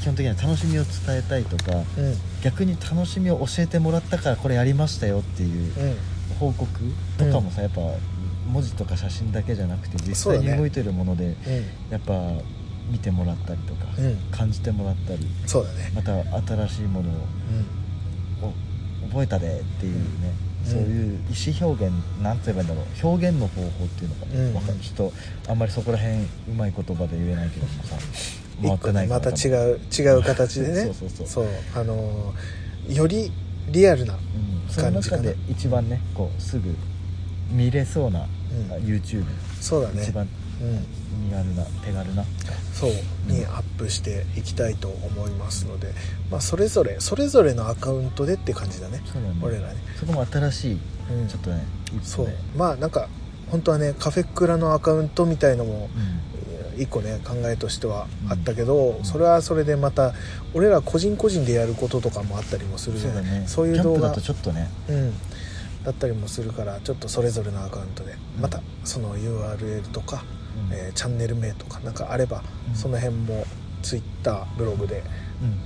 Speaker 2: 基本的には楽しみを伝えたいとか、
Speaker 1: うんうん
Speaker 2: 逆に楽しみを教えてもらったからこれやりましたよっていう報告とかもさ、やっぱ文字とか写真だけじゃなくて実
Speaker 1: そう
Speaker 2: 際に
Speaker 1: だね
Speaker 2: 動いてるもので、
Speaker 1: うん
Speaker 2: やっぱ見てもらったりとか、
Speaker 1: うん
Speaker 2: 感じてもらったり
Speaker 1: そうだね、
Speaker 2: また新しいものをお覚えたでっていうね、
Speaker 1: うん
Speaker 2: そういう意思表現なんて言えばいいんだろう表現の方法っていうのかな、
Speaker 1: うん
Speaker 2: わかんないちょっとあんまりそこら辺うまい言葉で言えないけどもさ
Speaker 1: うん、一個ねまた違う違う形で ね
Speaker 2: そうそうそう
Speaker 1: あのーよりリアルな、
Speaker 2: うん、その
Speaker 1: 感じか
Speaker 2: 中
Speaker 1: な
Speaker 2: で一番ねこうすぐ見れそうな、
Speaker 1: うん
Speaker 2: YouTube
Speaker 1: そうだね
Speaker 2: 一番
Speaker 1: うん
Speaker 2: 身軽な手軽な
Speaker 1: そうにアップしていきたいと思いますので、まあ、それぞれそれぞれのアカウントでって感じだね、
Speaker 2: そうだよね
Speaker 1: 俺らね、
Speaker 2: そこも新しい
Speaker 1: うん
Speaker 2: ちょっとね一
Speaker 1: そ
Speaker 2: 歩
Speaker 1: う
Speaker 2: で
Speaker 1: まあなんか本当はねカフェクラのアカウントみたいのも
Speaker 2: うん
Speaker 1: えー一個ね考えとしては
Speaker 2: うん
Speaker 1: あったけど、
Speaker 2: うん
Speaker 1: それはそれでまた俺ら個人個人でやることとかもあったりもするじ
Speaker 2: そ
Speaker 1: ゃ
Speaker 2: う
Speaker 1: な
Speaker 2: だ
Speaker 1: い
Speaker 2: ね
Speaker 1: そういう
Speaker 2: キャン
Speaker 1: 動
Speaker 2: プだ
Speaker 1: 画
Speaker 2: とちょっとね
Speaker 1: うん、だったりもするからちょっとそれぞれのアカウントで
Speaker 2: うん
Speaker 1: またその URL とか、
Speaker 2: うん
Speaker 1: えーチャンネル名とかなんかあれば、
Speaker 2: うん
Speaker 1: その辺も Twitter ブログで、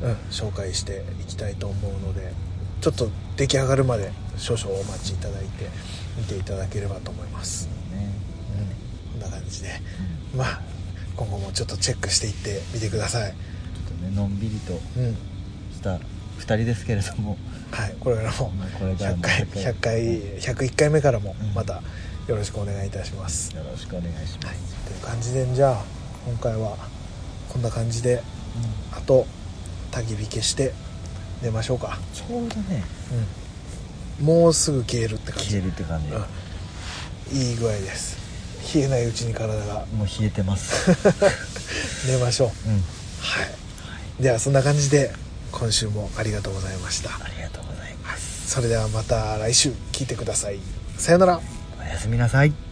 Speaker 2: うん
Speaker 1: うん、紹介していきたいと思うのでちょっと出来上がるまで少々お待ちいただいて見ていただければと思います、
Speaker 2: ね
Speaker 1: うん、こんな感じで
Speaker 2: うん
Speaker 1: まあ今後もちょっとチェックしていってみてください
Speaker 2: ちょっとねのんびりと
Speaker 1: うん
Speaker 2: した2人ですけれども
Speaker 1: はいこれからも
Speaker 2: これから
Speaker 1: 100
Speaker 2: も
Speaker 1: 回100回101回目からも
Speaker 2: うん
Speaker 1: またよろしくお願いいたします、
Speaker 2: よろしくお願いしま
Speaker 1: はい
Speaker 2: す、
Speaker 1: という感じでじゃあ今回はこんな感じであと焚き火消して寝ましょうか、
Speaker 2: ちょうどね
Speaker 1: うん、もうすぐ消えるって感じ
Speaker 2: 消えるって感じ、
Speaker 1: うんいい具合です冷えないうちに体 が
Speaker 2: もう冷えて ます、
Speaker 1: 寝ましょう
Speaker 2: うん、
Speaker 1: はいではそんな感じで今週もありがとうございました
Speaker 2: ありがとうございます
Speaker 1: それではまた来週聞いてくださいさよなら
Speaker 2: おやすみなさい